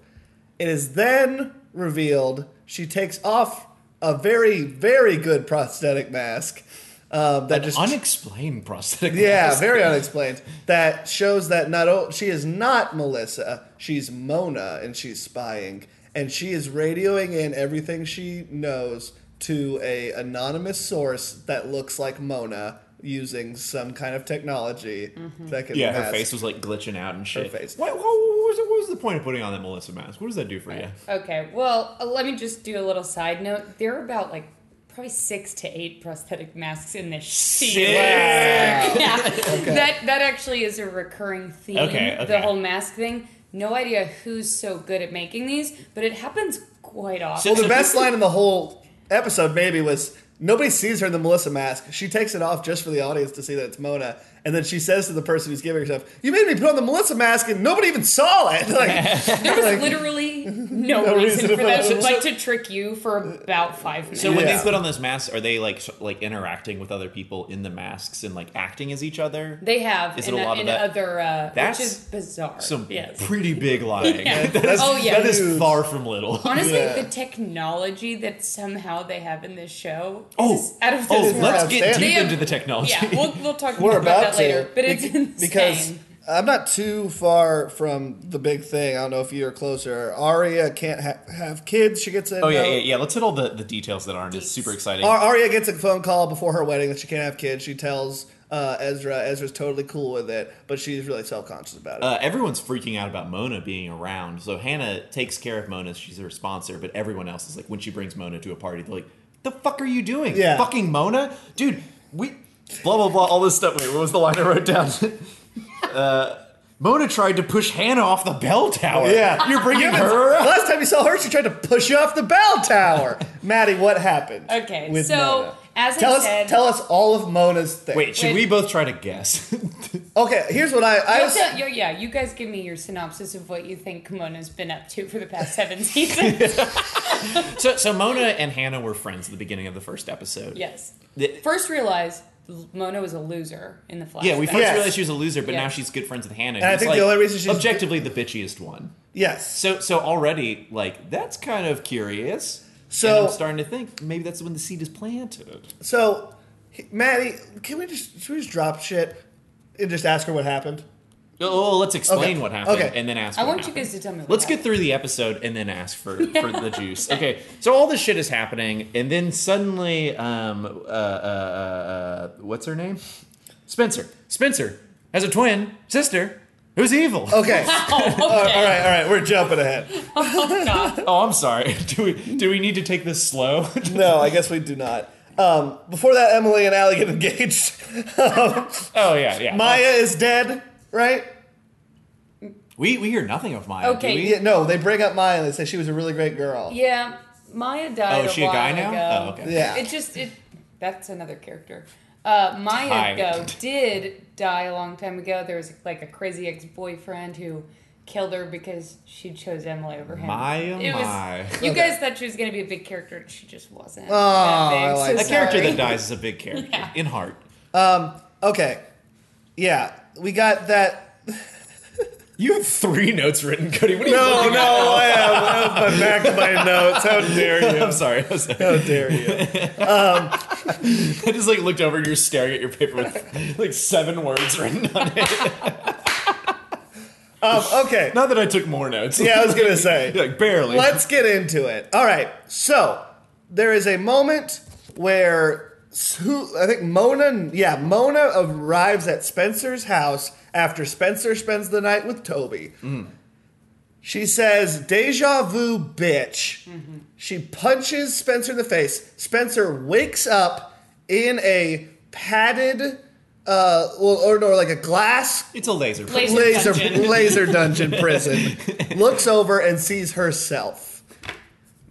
It is then revealed she takes off a very, very good prosthetic mask um, that just Unexplained prosthetic. yeah, mask. very unexplained. That shows that not o- she is not Melissa, she's Mona, and she's spying, and she is radioing in everything she knows to a anonymous source that looks like Mona using some kind of technology that can Yeah, her mask- face was like glitching out and shit. face. What, what, what was, what was the point of putting on that Melissa mask? What does that do for you? Okay, well, uh, let me just do a little side note. There are about like probably six to eight prosthetic masks in this season. Yeah. That that actually is a recurring theme. Okay, okay. The whole mask thing. No idea who's so good at making these, but it happens quite often. Well, the best line in the whole episode maybe was nobody sees her in the Melissa mask. She takes it off just for the audience to see that it's Mona, and then she says to the person who's giving her stuff, "You made me put on the Melissa mask, and nobody even saw it." Like, there was literally no, No reason, reason for that, for that. but to trick you for about five minutes. So when Yeah. they put on those masks, are they like s- like interacting with other people in the masks and like acting as each other? they have Is it in, a lot of in that? other, uh, That's which is bizarre. Some yes. pretty big lying. Yeah. that's, Oh, yeah. that is far. Far from little. Honestly, Yeah. the technology that somehow they have in this show is oh, out of oh, this world. let's get Outstanding. deep They have- into the technology. Yeah, we'll, we'll talk We're more about about that later. to, But it's bec- insane. because I'm not too far from the big thing. I don't know if you're closer. Aria can't ha- have kids. She gets a Oh yeah, note. yeah, yeah. Let's hit all the, the details that aren't. It's super exciting. Ar- Arya gets a phone call before her wedding that she can't have kids. She tells uh, Ezra. Ezra's totally cool with it, but she's really self conscious about it. Uh, everyone's freaking out about Mona being around. So Hannah takes care of Mona. She's her sponsor, but everyone else is like, when she brings Mona to a party, they're like, "The fuck are you doing? Yeah. fucking Mona, dude. We blah blah blah. All this stuff. Wait, what was the line I wrote down? uh, Mona tried to push Hannah off the bell tower. Yeah. you're bringing Yeah, but her. up? Last time you saw her, she tried to push you off the bell tower. Maddie, what happened? Okay, with so, Mona? as I tell said- us, tell us all of Mona's things. Wait, should Wait. we both try to guess? Okay, here's what I I You'll was. tell- you- yeah, you guys give me your synopsis of what you think Kimono's been up to for the past seven seasons. so, so Mona and Hannah were friends at the beginning of the first episode. yes. The- First, realize Mona was a loser in the flashback. Yeah, we first Yes. realized she was a loser, but Yeah. now she's good friends with Hannah. I who's, think the only reason she's- objectively the bitchiest one. Yes. So, so already, like that's kind of curious. So- and I'm starting to think maybe that's when the seed is planted. So, he- Maddie, can we just should we just drop shit and just ask her what happened? Oh, let's explain Okay, what happened, okay. and then ask. I what want you happened. guys to tell me what Let's happened. get through the episode and then ask for, for the juice. Okay, so all this shit is happening, and then suddenly, um, uh, uh, uh, uh, what's her name? Spencer. Spencer has a twin sister who's evil. Okay. all right, all right, we're jumping ahead. Oh, I'm sorry. Do we do we need to take this slow? No, I guess we do not. Um, before that, Emily and Allie get engaged. Um, oh yeah, yeah. Maya is dead, right? we we hear nothing of Maya. Okay. Do we? Yeah, no, they bring up Maya and they say she was a really great girl. Yeah, Maya died. Oh, is she a a, guy now? while Ago. Oh, okay. Yeah. It just it. That's another character. Uh, Maya Tied. though did die a long time ago. There was like a crazy ex-boyfriend who killed her because she chose Emily over him. Maya, it my. was you guys thought she was going to be a big character, and she just wasn't. Oh, I like A that. character that dies is a big character in heart. Okay. Yeah, we got that. You have three notes written, Cody. What are you No, looking no, I am. I am back to my notes. How dare at? you? I'm sorry. I'm sorry. How dare you? I just like looked over and you're staring at your paper with like seven words written on it. Um, okay. Not that I took more notes. Yeah, I was gonna say. like barely. Let's get into it. All right. So there is a moment where who I think Mona, yeah, Mona arrives at Spencer's house after Spencer spends the night with Toby. She says, "Deja vu, bitch." She punches Spencer in the face. Spencer wakes up in a padded, uh, well, or, or like a glass It's a laser. Laser- laser dungeon. laser dungeon prison looks over and sees herself.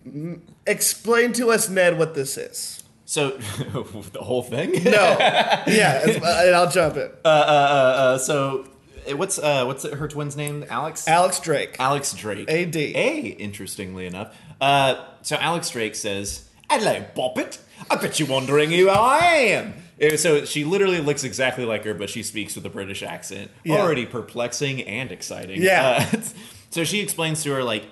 M- Explain to us, Ned, what this is. So the whole thing. No, yeah, it's- uh, and I'll jump it. Uh, so eh, what's uh, what's her twin's name? Alex. Alex Drake. Alex Drake. AD. A, interestingly enough. Uh, so Alex Drake says, Hello, Boppet. I bet you're wondering who I am. Eh, So she literally looks exactly like her, but she speaks with a British accent. Yeah. Already perplexing and exciting. Yeah. Uh, so she explains to her, like,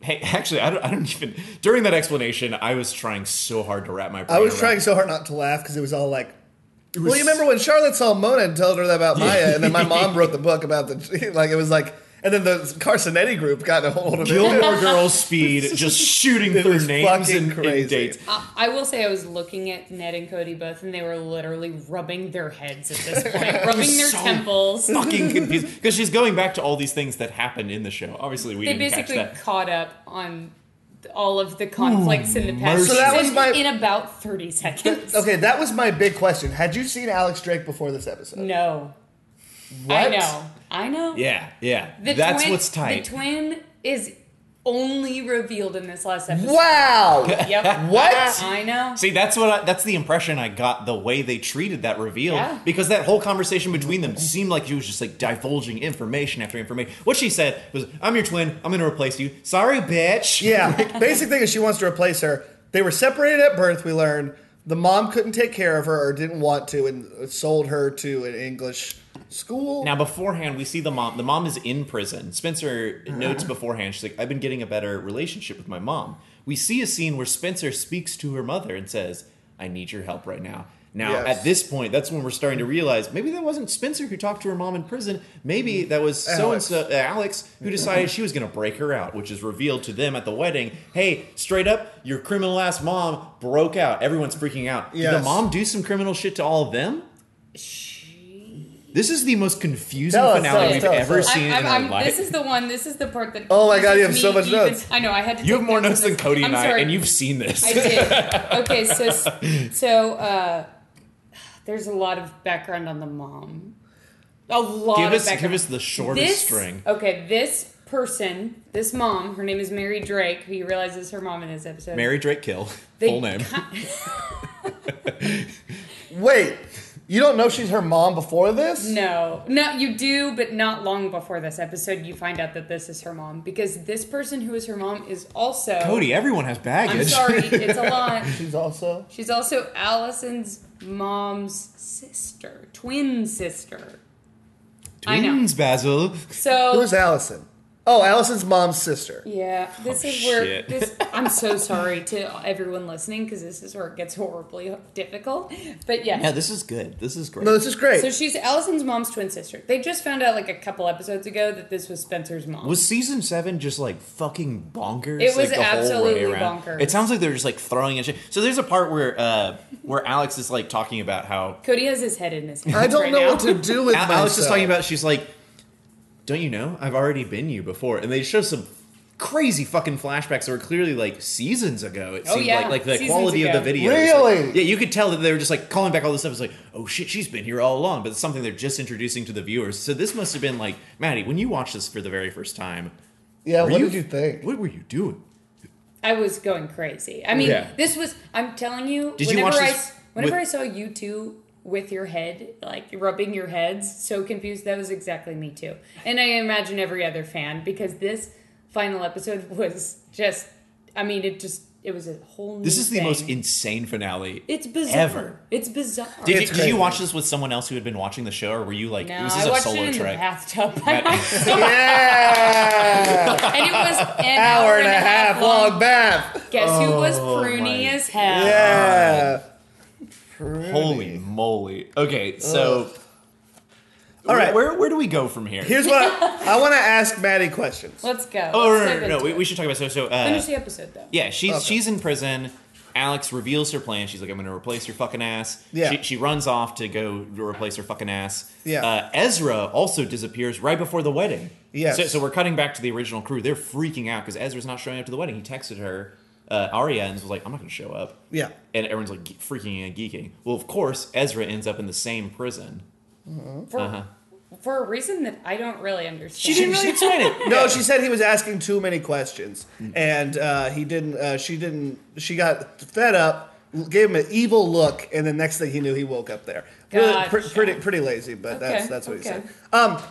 Hey, actually, I don't, I don't even. During that explanation, I was trying so hard to wrap my brain I was around- trying so hard not to laugh because it was all like. was- Well, you remember when Charlotte saw Mona and told her about Maya, and then my mom wrote the book about the like it was like, and then the Carsonetti group got a hold of it. Gilmore Girls speed, just shooting It through was names fucking and, and crazy. dates. I I will say I was looking at Ned and Cody both, and they were literally rubbing their heads at this point, rubbing their so temples. fucking confused because she's going back to all these things that happened in the show. Obviously, we They didn't catch basically that. caught up on all of the conflicts in the past mercy. So that season was my- in about 30 seconds. Okay, that was my big question. Had you seen Alex Drake before this episode? No. I What? know. I know. Yeah, yeah. The That's twin- what's tight. The twin is only revealed in this last episode. Wow. Yep. What? I know. See, that's what I, that's the impression I got the way they treated that reveal Yeah. because that whole conversation between them seemed like she was just like divulging information after information. What she said was, "I'm your twin. I'm going to replace you. Sorry, bitch." Yeah. Basic thing is she wants to replace her. They were separated at birth, we learned. The mom couldn't take care of her or didn't want to and sold her to an English school. Now, beforehand, we see the mom. The mom is in prison. Spencer Mm-hmm. notes beforehand, she's like, I've been getting a better relationship with my mom. We see a scene where Spencer speaks to her mother and says, I need your help right now. Now, Yes. at this point, that's when we're starting to realize maybe that wasn't Spencer who talked to her mom in prison. Mm-hmm. Maybe that was so and so, uh, Alex, who decided she was going to break her out, which is revealed to them at the wedding. Hey, straight up, your criminal ass mom broke out. Everyone's freaking out. Did Yes. the mom do some criminal shit to all of them? This is the most confusing Tell us, finale tell us, we've tell us, ever tell us. seen I'm, in our I'm, I'm, life. this is the one. This is the part that. Oh my God, this you have is so me much even- notes. I know. I had to. you take have more notes notes on than this. Cody and I'm I, sorry. and you've seen this. I did. Okay, so so uh, there's a lot of background on the mom. A lot give of us, background. give us the shortest this, string. Okay, this person, this mom, her name is Mary Drake, who you realize is her mom in this episode. Mary Drake Kill, They full name. Wait, you don't know she's her mom before this? No, no, you do, but not long before this episode, you find out that this is her mom because this person who is her mom is also Cody, everyone has baggage. I'm sorry, it's a lot. She's also. She's also Allison's mom's sister, twin sister. I know. Twins, Basil. So Who's Allison? Oh, Allison's mom's sister. Yeah, this Oh, is where shit. this. I'm so sorry to everyone listening because this is where it gets horribly difficult. But yeah. Yeah, this is good. This is great. No, this is great. so she's Allison's mom's twin sister. They just found out like a couple episodes ago that this was Spencer's mom. was season seven just like fucking bonkers? It like, was the whole way absolutely around? bonkers. It sounds like they're just like throwing at shit. So there's a part where uh where Alex is like talking about how Cody has his head in his hands. I don't right know now. what to do with Al- myself. Alex is talking about she's like, don't you know? I've already been you before, and they show some crazy fucking flashbacks that were clearly like seasons ago. It Oh, seemed yeah. like like the Seasons quality ago. of the video. is, like- Really? yeah, you could tell that they were just like calling back all this stuff. It's like, oh shit, she's been here all along, but it's something they're just introducing to the viewers. So this must have been like, Maddie, when you watched this for the very first time, Yeah, were what did you think? What were you doing? I was going crazy. I mean, Yeah. this was. I'm telling you. Did you whenever watch I, this Whenever with- I saw you two with your head like rubbing your heads, so confused. That was exactly me too, and I imagine every other fan because this final episode was just. I mean, it just. It was a whole. New This is the thing. most insane finale. It's bizarre. Ever. It's bizarre. Did you, It's did you crazy. watch this with someone else who had been watching the show, or were you like, no, was this I a watched solo it in the trek? bathtub by myself, Yeah! and it was an Hour and a half long bath. Guess who was Oh, pruny my as hell? Yeah. Holy moly! Okay, so All right. where, where where do we go from here? Here's what I, want to ask Maddie questions. Let's go. oh Let's no, no, dive no, no, into We, it. we should talk about so so. Uh, Finish the episode though. yeah, she's Okay. she's in prison. Alex reveals her plan. She's like, "I'm going to replace your fucking ass." Yeah. She, she runs off to go to replace her fucking ass. Yeah. Uh, Ezra also disappears right before the wedding. Yes. So, so we're cutting back to the original crew. They're freaking out because Ezra's not showing up to the wedding. He texted her, uh, Arya, and was like, "I'm not going to show up." Yeah. And everyone's like ge- freaking and geeking. Well, of course, Ezra ends up in the same prison. For, for a reason that I don't really understand. Uh-huh. She didn't really explain it. No, she said he was asking too many questions, and uh, he didn't. Uh, she didn't. She got fed up, gave him an evil look, and the next thing he knew, he woke up there. Really, pre- Gotcha. pretty, pretty lazy, but that's Okay, that's what he okay. said. Um,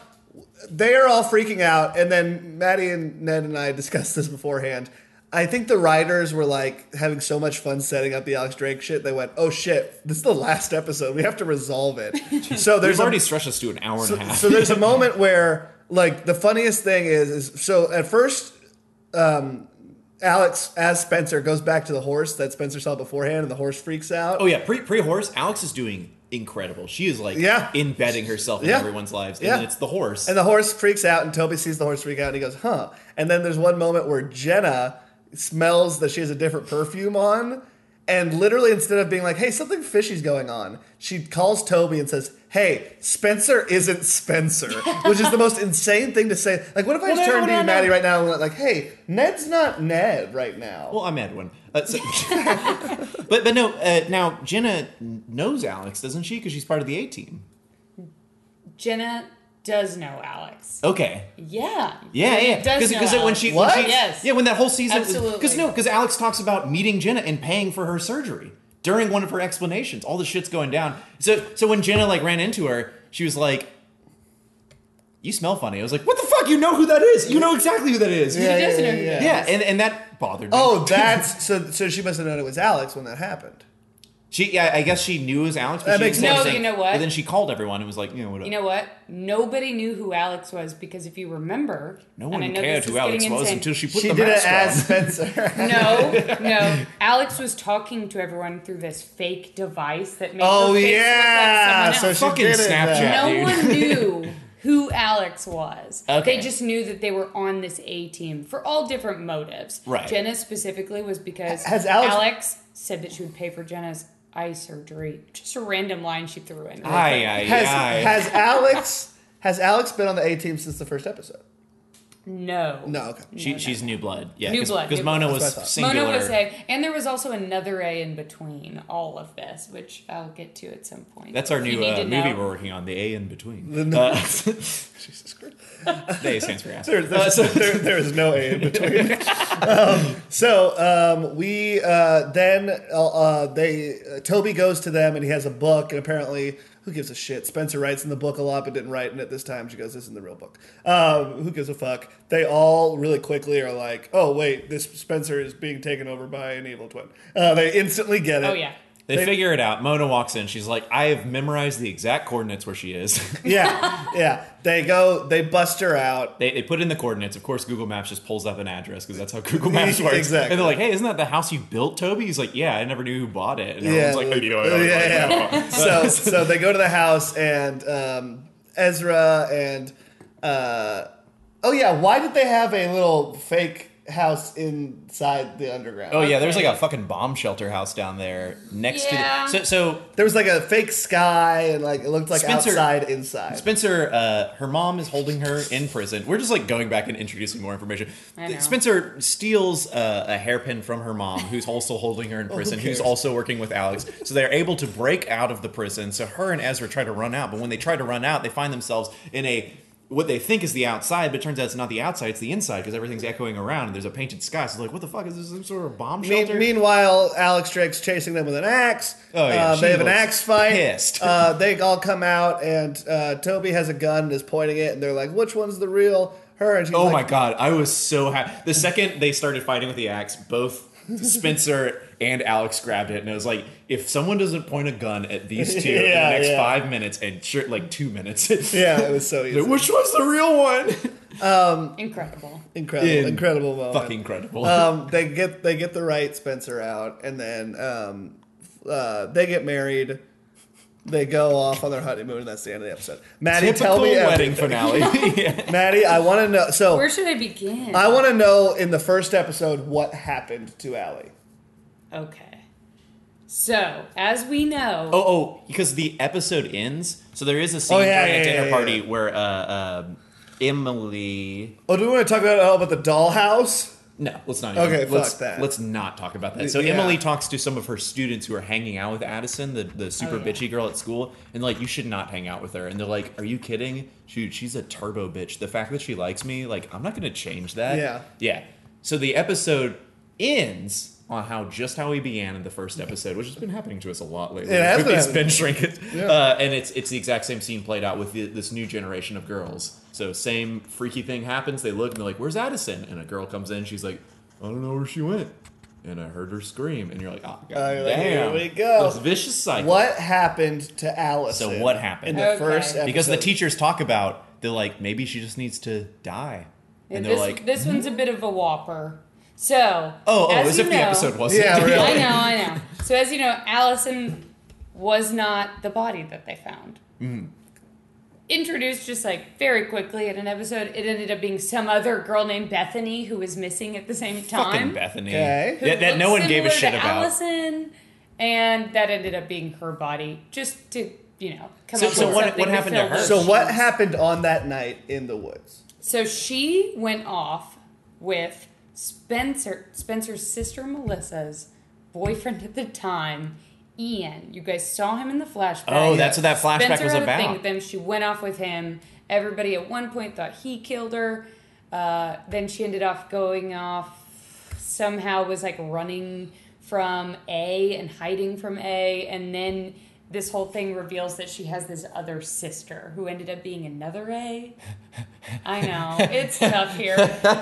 they are all freaking out, and then Maddie and Ned and I discussed this beforehand. I think the writers were like having so much fun setting up the Alex Drake shit. They went, "Oh shit, this is the last episode. We have to resolve it." so there's There's a- already stretched us to an hour and a half. so there's a moment where like the funniest thing is is so at first um Alex as Spencer goes back to the horse that Spencer saw beforehand and the horse freaks out. Oh yeah, pre pre horse. Alex is doing incredible. She is like Yeah. embedding herself in Yeah. everyone's lives, and Yeah. then it's the horse. And the horse freaks out and Toby sees the horse freak out and he goes, "Huh." And then there's one moment where Jenna smells that she has a different perfume on and literally instead of being like, "Hey, something fishy's going on," she calls Toby and says, "Hey, Spencer isn't Spencer," which is the most insane thing to say. Like, what if I Well, just no, turned to no, you, no. Maddie, right now and went like, "Hey, Ned's not Ned right now." well, I'm Edwin. Uh, so- but but no, uh, now Jenna knows Alex, doesn't she? Because she's part of the A team. Jenna does know Alex. Okay. Yeah. Yeah, yeah. does Because know when Alex. she, What? When she Yes. yeah, when that whole season Absolutely. because no, because Alex talks about meeting Jenna and paying for her surgery during one of her explanations. All the shit's going down. So so when Jenna like ran into her, she was like, "You smell funny." I was like, "What the fuck? You know who that is? You know exactly who that is." He Yeah, does yeah, know who yeah, that yeah. is. and and that bothered me. Oh, that's so. So she must have known it was Alex when that happened. she. Yeah, I guess she knew it was Alex. But That she makes didn't say sense. No, anything. you know what? But then she called everyone and was like, "You know what? You know what? Nobody knew who Alex was because if you remember, no and I one know cared this who is Alex getting was insane. until she put She the did it mask as on." Spencer. No, no. Alex was talking to everyone through this fake device that made oh her face yeah, look like someone so else. she Fucking did it. Snapchat. then. no dude. one knew who Alex was. Okay. They just knew that they were on this A team for all different motives. Right. Jenna specifically was because Has Alex- said that she would pay for Jenna's eye surgery. Just a random line she threw in. Aye, aye, Has, aye. has Alex has Alex been on the A team since the first episode? No. No, okay. She, she's new blood. Yeah, New cause, blood, Because new Mona That's blood. what I was thought. singular. Mona was A, and there was also another A in between all of this, which I'll get to at some point. That's our If you new need uh, to movie know. we're working on, The A in Between. Uh, Jesus Christ. the A Uh, stands for ass. There, there's, there, there is no A in between. Um, so um, we uh, then uh, uh, they uh, Toby goes to them and he has a book and apparently who gives a shit? Spencer writes in the book a lot but didn't write in it this time. She goes, "This isn't the real book." Um, who gives a fuck? They all really quickly are like, "Oh wait, this Spencer is being taken over by an evil twin." Uh, they instantly get it. Oh yeah. They, figure it out. Mona walks in. She's like, I have memorized the exact coordinates where she is. yeah, yeah. They go, they bust her out. they, they put in the coordinates. Of course, Google Maps just pulls up an address because that's how Google Maps works. Exactly. And they're like, hey, isn't that the house you built, Toby? He's like, yeah, I never knew who bought it. And Yeah, everyone's like, like- "Oh, you know, I yeah, don't know." yeah. so, so they go to the house and um, Ezra and uh, oh yeah, why did they have a little fake house inside the underground? Oh, yeah, there's like a fucking bomb shelter house down there next Yeah. to the. So, so there was like a fake sky and like it looked like Spencer- outside inside. Spencer, uh, her mom is holding her in prison. We're just like going back and introducing more information. I know. Spencer steals uh, a hairpin from her mom, who's also holding her in prison, who's Oh, cares? also working with Alex. So they're able to break out of the prison. So her and Ezra try to run out, but when they try to run out, they find themselves in a what they think is the outside, but it turns out it's not the outside; it's the inside because everything's echoing around. And there's a painted sky. So it's like, what the fuck is this? Some sort of bomb Me- shelter? meanwhile, Alex Drake's chasing them with an axe. Oh, yeah, Uh, she they have an looks axe fight. pissed. Uh, they all come out, and uh, Toby has a gun and is pointing it, and they're like, "Which one's the real?" Her and she's Oh like, my god, I was so happy. The second they started fighting with the axe, both Spencer and Alex grabbed it, and I was like, if someone doesn't point a gun at these two in Yeah, the next yeah. five minutes, and sure, like two minutes, Yeah, it was so easy. which was the real one? Incredible. incredible, In- incredible moment. Fucking incredible. um, they get they get the right Spencer out, and then um, uh, they get married. They go off on their honeymoon, and that's the end of the episode. Maddie, Typical tell me, wedding everything. finale. Yeah. Maddie, I want to know. So Where should I begin? I want to know in the first episode what happened to Allie. okay. So as we know, Oh, oh, because the episode ends, so there is a scene Oh, yeah, during yeah, a dinner yeah, party yeah. where uh, um Emily. Oh, do we want to talk about all about the dollhouse? No, let's not. Even, Okay, fuck let's, that. Let's not talk about that. So Yeah. Emily talks to some of her students who are hanging out with Addison, the, the super yeah. bitchy girl at school, and like, you should not hang out with her. And they're like, "Are you kidding? Dude, she's a turbo bitch. The fact that she likes me, like, I'm not gonna change that." Yeah. yeah. So the episode ends on how just how we began in the first episode, which has been happening to us a lot lately It has with been these happening. binge shrinkage. Yeah. Uh, and it's it's the exact same scene played out with the, this new generation of girls. So same freaky thing happens. They look and they're like, "Where's Addison?" And a girl comes in. She's like, "I don't know where she went." And I heard her scream. And you're like, "Oh god, Oh, yeah, damn!" here we go. This vicious cycle. What happened to Allison? So what happened? in the Okay. first episode? Because the teachers talk about they're like, maybe she just needs to die. And they're this, like, "Hmm?" this one's a bit of a whopper. So "Oh, oh, as as you if know- the episode wasn't." Yeah, really. I know, I know. So as you know, Allison was not the body that they found. Hmm. Introduced just like very quickly in an episode, it ended up being some other girl named Bethany who was missing at the same time. Fucking Bethany. Okay. who That, that no looked one gave a shit similar to about. Uh, Allison, and that ended up being her body, just to you know come So- up so with what- something what happened to fill her? those So what shoes. happened on that night in the woods? So she went off with Spencer, Spencer's sister Melissa's boyfriend at the time, Ian. You guys saw him in the flashback. Oh, that's what that flashback Spencer was had A about. thing with him. She went off with him. Everybody at one point thought he killed her. Uh, then she ended up going off. Somehow was like running from A and hiding from A, and then this whole thing reveals that she has this other sister who ended up being another A. I know it's tough here.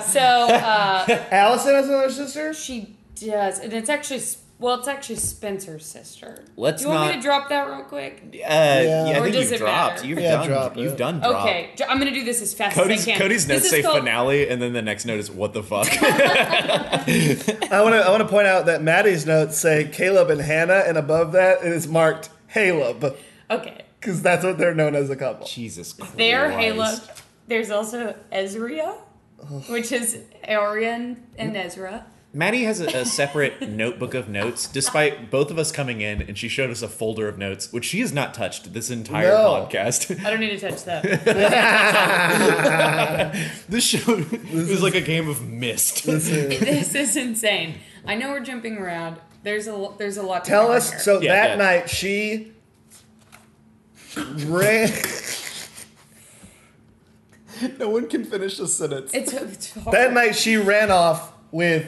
So. Uh, Allison has another sister. she does, and it's actually well, it's actually Spencer's sister. Let's Do you want me not- to drop that real quick? Uh, yeah. Or I think does you've it dropped. matter? You've Yeah, done. drop you've it. done. Drop. Okay, j- I'm gonna do this as fast Cody's as I can. Cody's no This is safe called- finale, and then the next note is what the fuck. I want to I want to point out that Maddie's notes say Caleb and Hannah, and above that it is marked Caleb Okay, because that's what they're known as a couple. Jesus Christ. there, Halo. There's also Ezria, which is Arian and Ezra. Maddie has a, a separate notebook of notes, despite both of us coming in, and she showed us a folder of notes, which she has not touched this entire No. podcast. I don't need to touch that. this show is like a game of mist. this is insane. I know we're jumping around. There's a lo- there's a lot. To Tell cover us. here. So Yeah, that yeah. night she ran. no one can finish a sentence. it's, it's hard. that night she ran off with.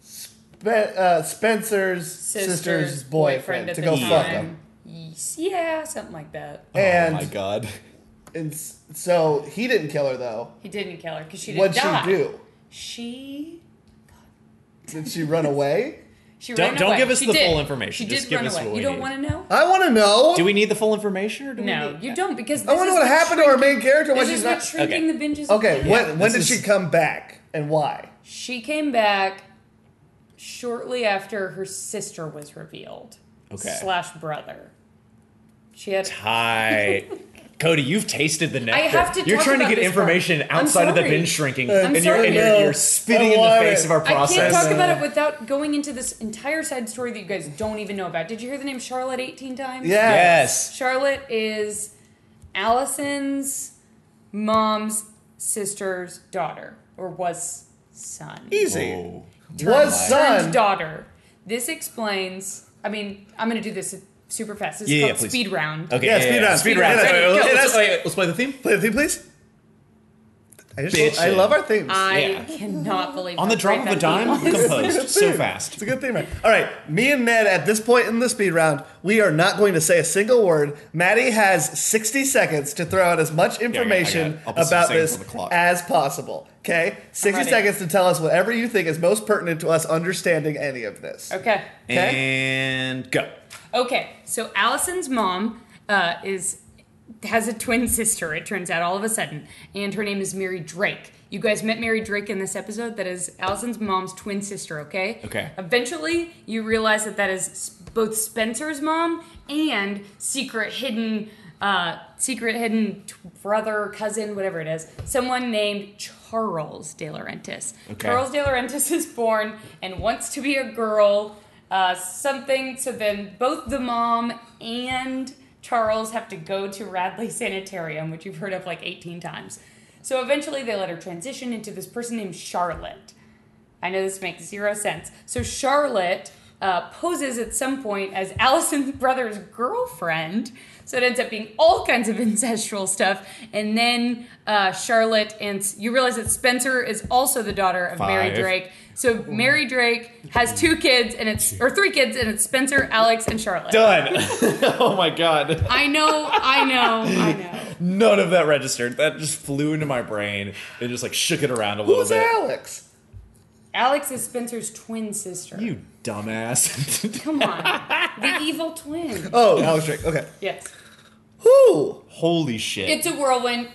Spe- uh, Spencer's sister's, boyfriend, at to the go fuck time. him, Yes, Yeah, something like that. oh and my god. and s- so he didn't kill her though. He didn't kill her because she didn't What'd die. she do? She Did she run away? she Don't- ran don't away. give us She the did. full information. She Just did give run us away. what you we don't need. want to know. I want to know. Do we need the full information or do we No, need you don't because this I want to is know what what happened to her main character. Why This she's is what not shrinking the binges. of Okay, life. when when this did is- she come back and why? She came back shortly after her sister was revealed. Okay. Slash brother. She had. Hi. Cody, you've tasted the nectar. have to you're talk trying to about get this part. information I'm outside of the sorry. binge shrinking, I'm and, you're, and sorry. you're, No. you're spitting I in the want face it. of our I I process. can't talk No. about it without going into this entire side story that you guys don't even know about. Did you hear the name Charlotte 18 times? Yeah. yes. Charlotte is Allison's mom's sister's daughter, or was son. Easy. Oh. Was Turned son. daughter. This explains. I mean, I'm going to do this super fast. It's Yeah, called yeah, please. speed round. Okay. Yeah, speed round, speed round. Wait, wait, wait, Go. let's- wait, let's play the theme. Play the theme, please. I, just, I Bitchin'. love our themes. I Yeah. cannot believe On the how drop of great a that dime, theme was. composed so It's fast. a good theme, right? All right, me and Ned at this point in the speed round, we are not going to say a single word. Maddie has 60 seconds to throw out as much got it. information I'll put some about seconds this on the clock. as possible. Okay? 60 ready. seconds to tell us whatever you think is most pertinent to us understanding any of this. Okay. And go. Okay. So Allison's mom uh, is has a twin sister. It turns out all of a sudden, and her name is Mary Drake. You guys met Mary Drake in this episode. That is Allison's mom's twin sister. Okay. Okay. Eventually, you realize that that is s- both Spencer's mom and secret hidden, uh, secret hidden t- brother, cousin, whatever it is, someone named Charles De Laurentiis. Okay. Charles De Laurentiis is born and wants to be a girl, uh, something. So then both the mom and Charles have to go to Radley Sanitarium, which you've heard of like 18 times. So eventually, they let her transition into this person named Charlotte. I know this makes zero sense. So Charlotte uh, poses at some point as Allison's brother's girlfriend. So it ends up being all kinds of incestual stuff. And then uh, Charlotte and you realize that Spencer is also the daughter of Mary Five. Drake. So Mary Drake has two kids and it's or three kids and it's Spencer, Alex, and Charlotte. Done. oh my god. I know, I know, I know. None of that registered. That just flew into my brain and just like shook it around a little Who's bit. Alex? Alex is Spencer's twin sister. You dumbass. Come on, the evil twin. Oh, Alex Drake. Okay. Yes. Who? Holy shit. It's a whirlwind.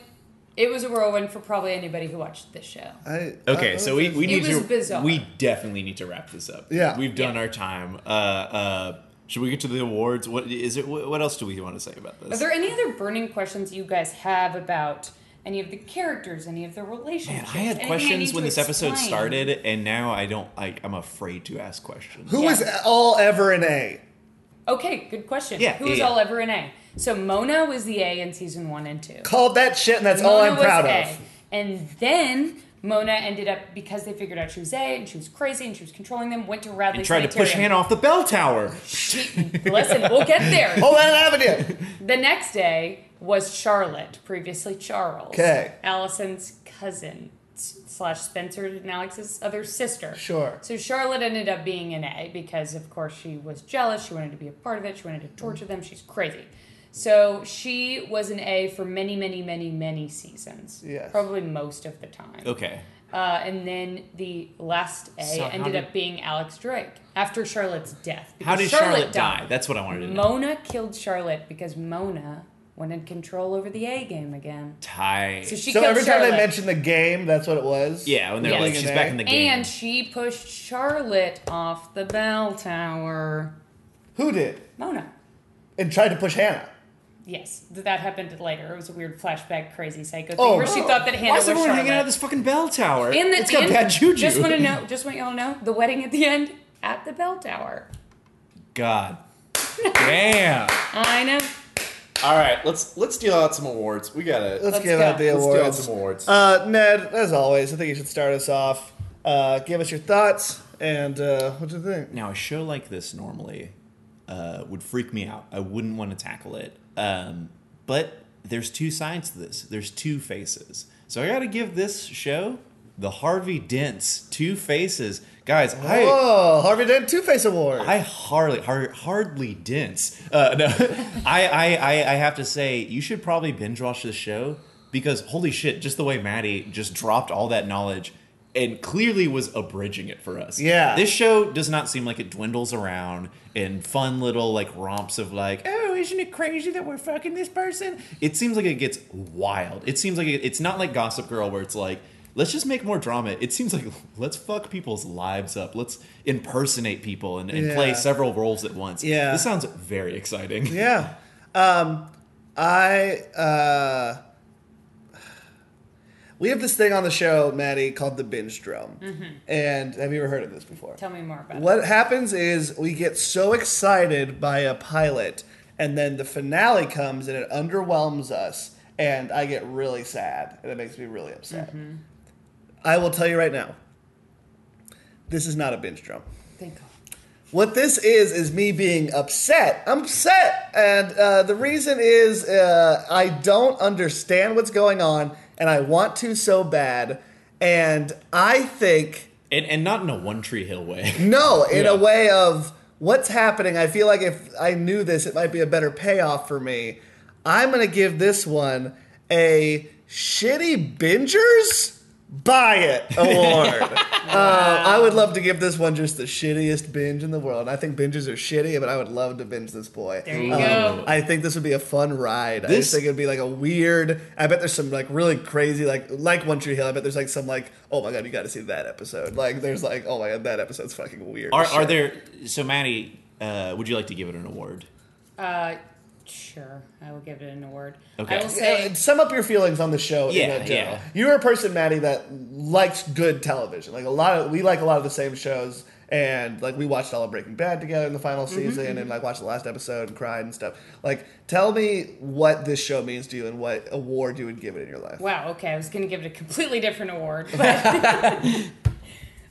It was a whirlwind for probably anybody who watched this show. I, Okay, I- so we, we It need was to bizarre. we definitely need to wrap this up. Yeah. we've done Yeah. our time. Uh, uh, should we get to the awards? What is it? What what else do we want to say about Are this? there any other burning questions you guys have about any of the characters, any of the relationships? Man, I had anything questions need when to this episode explain? started, and now I don't. I, I'm afraid to ask questions. Who Yeah. is all ever an A? Okay, good question. Yeah, Who yeah, was yeah. all ever an A? So Mona was the A in season one and two. Called that shit, and that's all Mona I'm proud was of. A. And then Mona ended up because they figured out she was A and she was crazy and she was controlling them. Went to Radley and tried to push Sanitarium. Hannah off the bell tower. Listen, we'll get there. Hold Oh, that avenue. The next day was Charlotte, previously Charles. Okay. Allison's cousin slash Spencer and Alex's other sister. Sure. So Charlotte ended up being an A because, of course, she was jealous. She wanted to be a part of it. She wanted to torture them. She's crazy. So she was an A for many, many, many, many seasons. Yes. Probably most of the time. Okay. Uh, and then the last A So how ended did- up being Alex Drake after Charlotte's death. How did because Charlotte, die? That's what I wanted to know. Mona killed Charlotte because Mona wanted control over the A game again. Tie. So she So killed every time Charlotte. they mentioned the game, that's what it was. yeah, when they're Yeah. like, she's back in the game. and she pushed Charlotte off the bell tower. Who did? Mona. And tried to push Hannah. Yes, th- that happened later. It was a weird flashback, crazy psycho thing Oh, where she no. thought that Hannah Why was is everyone Charlotte. hanging out of this fucking bell tower? In the it's got in- bad juju. Just want to know. Just want y'all to know the wedding at the end at the bell tower. God. Damn. I know. All right, let's let's deal out some awards. We got it. Let's, Let's give go. out the Let's deal out awards. some awards. Uh, Ned, as always, I think you should start us off. Uh, give us your thoughts and uh, what do you think? Now, a show like this normally uh, would freak me out. I wouldn't want to tackle it. Um, but there's two sides to this. There's two faces. So I got to give this show the Harvey Dent's two faces, guys. I Whoa, Oh, Harvey Dent Two Face Award. I hardly hard, hardly dense. Uh, no, I, I I I have to say you should probably binge watch this show because holy shit, just the way Maddie just dropped all that knowledge and clearly was abridging it for us. Yeah. this show does not seem like it dwindles around in fun little like romps of like oh isn't it crazy that we're fucking this person. It seems like it gets wild. It seems like it, it's not like Gossip Girl where it's like. Let's just make more drama. It seems like let's fuck people's lives up. Let's impersonate people and, and Yeah. play several roles at once. Yeah. This sounds very exciting. yeah. Um, I uh, we have this thing on the show, Maddie, called the binge drum. And have you ever heard of this before? Mm-hmm. Tell me more about it. What happens is we get so excited by a pilot, and then the finale comes and it underwhelms us, and I get really sad, and it makes me really upset. I will tell you right now, this is not a binge drum. Thank God. What this is is me being upset. I'm upset, and uh, the reason is uh, I don't understand what's going on, and I want to so bad, and I think. And, and not in a One Tree Hill way. No, in Yeah. a way of what's happening. I feel like if I knew this, it might be a better payoff for me. I'm gonna give this one a shitty bingers buy it award. uh, I would love to give this one just the shittiest binge in the world. I think binges are shitty, but I would love to binge this boy. Um, There you go. I think this would be a fun ride. I This- just think it'd be like a weird. I bet there's some like really crazy like like One Tree Hill. I bet there's like some like oh my god you got to see that episode. Like there's like oh my god that episode's fucking weird. Are, as are shit. there, so Maddie, uh, would you like to give it an award? Uh, sure. I will give it an award. Okay. Uh, I will Yeah, say. sum up your feelings on the show. Yeah, in general. yeah. You're a person, Maddie, that likes good television. Like a lot of we like a lot of the same shows, and like we watched all of Breaking Bad together in the final Mm-hmm, season, and like watched the last episode and cried and stuff. Like, tell me what this show means to you and what award you would give it in your life. Wow. Okay. I was going to give it a completely different award, but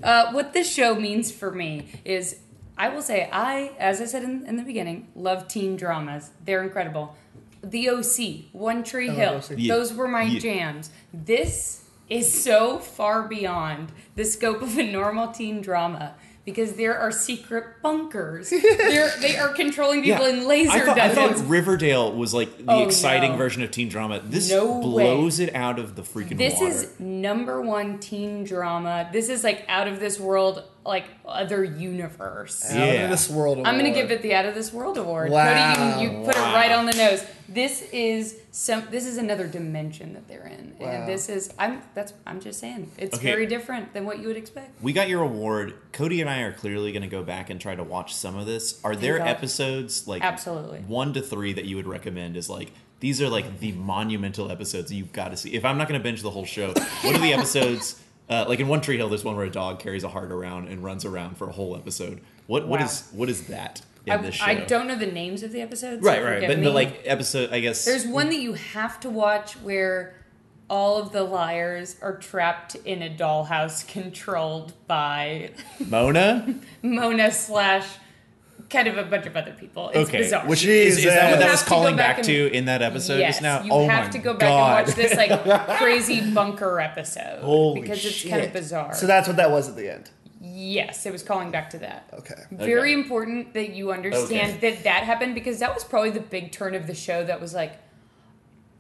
uh, what this show means for me is, I will say, I, as I said in, in the beginning, love teen dramas. They're incredible. The OC, One Tree Hill, OC. Yeah. those were my Yeah. jams. This is so far beyond the scope of a normal teen drama. Because there are secret bunkers. They're, they are controlling people in laser I thought, I dungeons. thought Riverdale was like the Oh, exciting no. version of teen drama. This No blows it out of the freaking This water. is number one teen drama. This is like out of this world, like other universe. Out of Yeah. this world. I'm gonna award. give it the out of this world award. Wow. Cody, you, you put Wow. it right on the nose. This is some. This is another dimension that they're in, Wow. and this is. I'm. That's. I'm just saying, it's Okay. very different than what you would expect. we got your award. Cody and I are clearly going to go back and try to watch some of this. Are there God. episodes like Absolutely. one to three that you would recommend? Is like these are like the monumental episodes you've got to see. If I'm not going to binge the whole show, what are the episodes? Uh, like in One Tree Hill, there's one where a dog carries a heart around and runs around for a whole episode. What what Wow. is what is that in I, this show? I don't know the names of the episodes. so Right, right. forgive But in the me. like episode, I guess There's one that you have to watch where all of the liars are trapped in a dollhouse controlled by Mona? Mona slash kind of a bunch of other people. It's Okay. bizarre. Which is, is that You what that have was to go calling back back, and- to in that episode just now? You oh have my to go back God. and watch this like crazy bunker episode Holy because it's kind of shit. bizarre. So that's what that was at the end. yes, it was calling back to that. Okay. Very important that you understand that that happened because that was probably the big turn of the show that was like,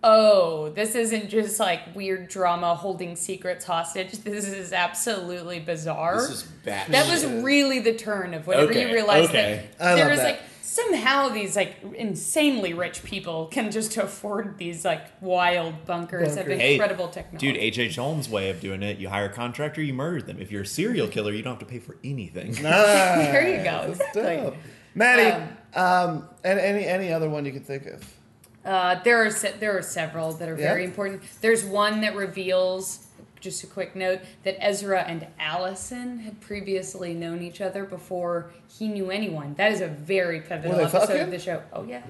oh, this isn't just like weird drama holding secrets hostage. This is absolutely bizarre. This is bad. That was really the turn of whenever Okay, you realized okay. I that there love was that. like somehow these like insanely rich people can just afford these like wild bunkers of Bunkers. Hey, incredible technology. Dude, H.H. Holmes' way of doing it, you hire a contractor, you murder them. If you're a serial killer, you don't have to pay for anything. there you go. Exactly. Dope. Maddie, um, and any any other one you can think of? Uh, there are se- there are several that are Yeah. very important. There's one that reveals. Just a quick note that Ezra and Allison had previously known each other before he knew anyone. That is a very pivotal they episode fucking? of the show. Oh yeah.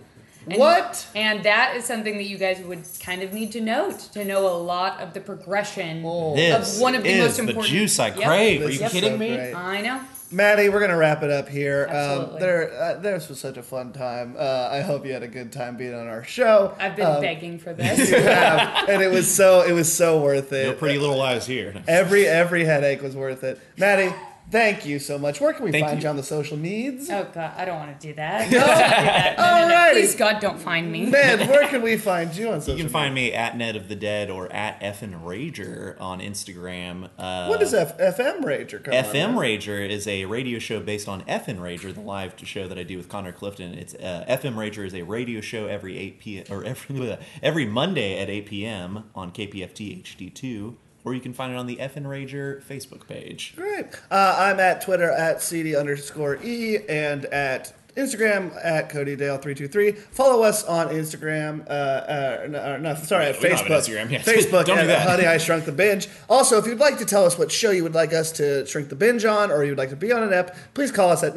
And- What? And that is something that you guys would kind of need to note to know a lot of the progression this of one of the is most the important. juice I Yep. crave. Are This you is kidding Oh. so me? great. I know. Maddie, we're gonna wrap it up here. Um, Absolutely. there, uh, this was such a fun time. Uh, I hope you had a good time being on our show. I've been Um, begging for this. you have, and it was so it was so worth it. No pretty little lies here. Every every headache was worth it. Maddie, thank you so much. Where can we Thank find you. you on the social needs? oh god, I don't want to do that. No, I don't wanna do that. No, no, no. Alrighty. Please God, don't find me. Ned, where can we find you on social? You can find me at Ned of the Dead or at FN Rager on Instagram. Uh, What is F- FM Rager? Come on, FM man. Rager is a radio show based on FN Rager, the live show that I do with Connor Clifton. It's uh, FM Rager is a radio show every eight p or every every Monday at eight p.m. on KPFT HD two, or you can find it on the FN Rager Facebook page. Great. Uh, I'm at Twitter at CD underscore E and at Instagram at CodyDale323. Follow us on Instagram. Uh, uh, no, uh, no, sorry, at we don't Facebook. have an Instagram yet. Facebook Don't do at that. Honey, I Shrunk the Binge. Also, if you'd like to tell us what show you would like us to shrink the binge on or you'd like to be on an app, please call us at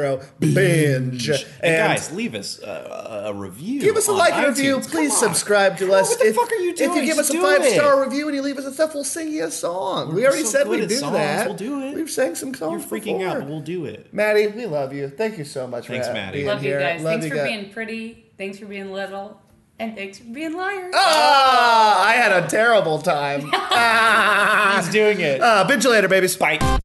903-50-BINGE. And, And, guys, leave us uh, a review. Give us a on like iTunes. and review. Come Please on. subscribe to us. what the if, fuck are you If you doing? give us Just a do five star it. review and you leave us a stuff, we'll sing you a song. we already so said we'd good at do songs. that. We'll do it. We've sang some songs. You're freaking before. out, but we'll do it. Maddie, we love you. Thank you so much Thanks, for Maddie. being Love here. you guys. Love thanks you for guys. being pretty. Thanks for being little. And thanks for being liars. Oh! Ah, I had a terrible time. ah, He's doing it. uh, binge you later, babies. Bye.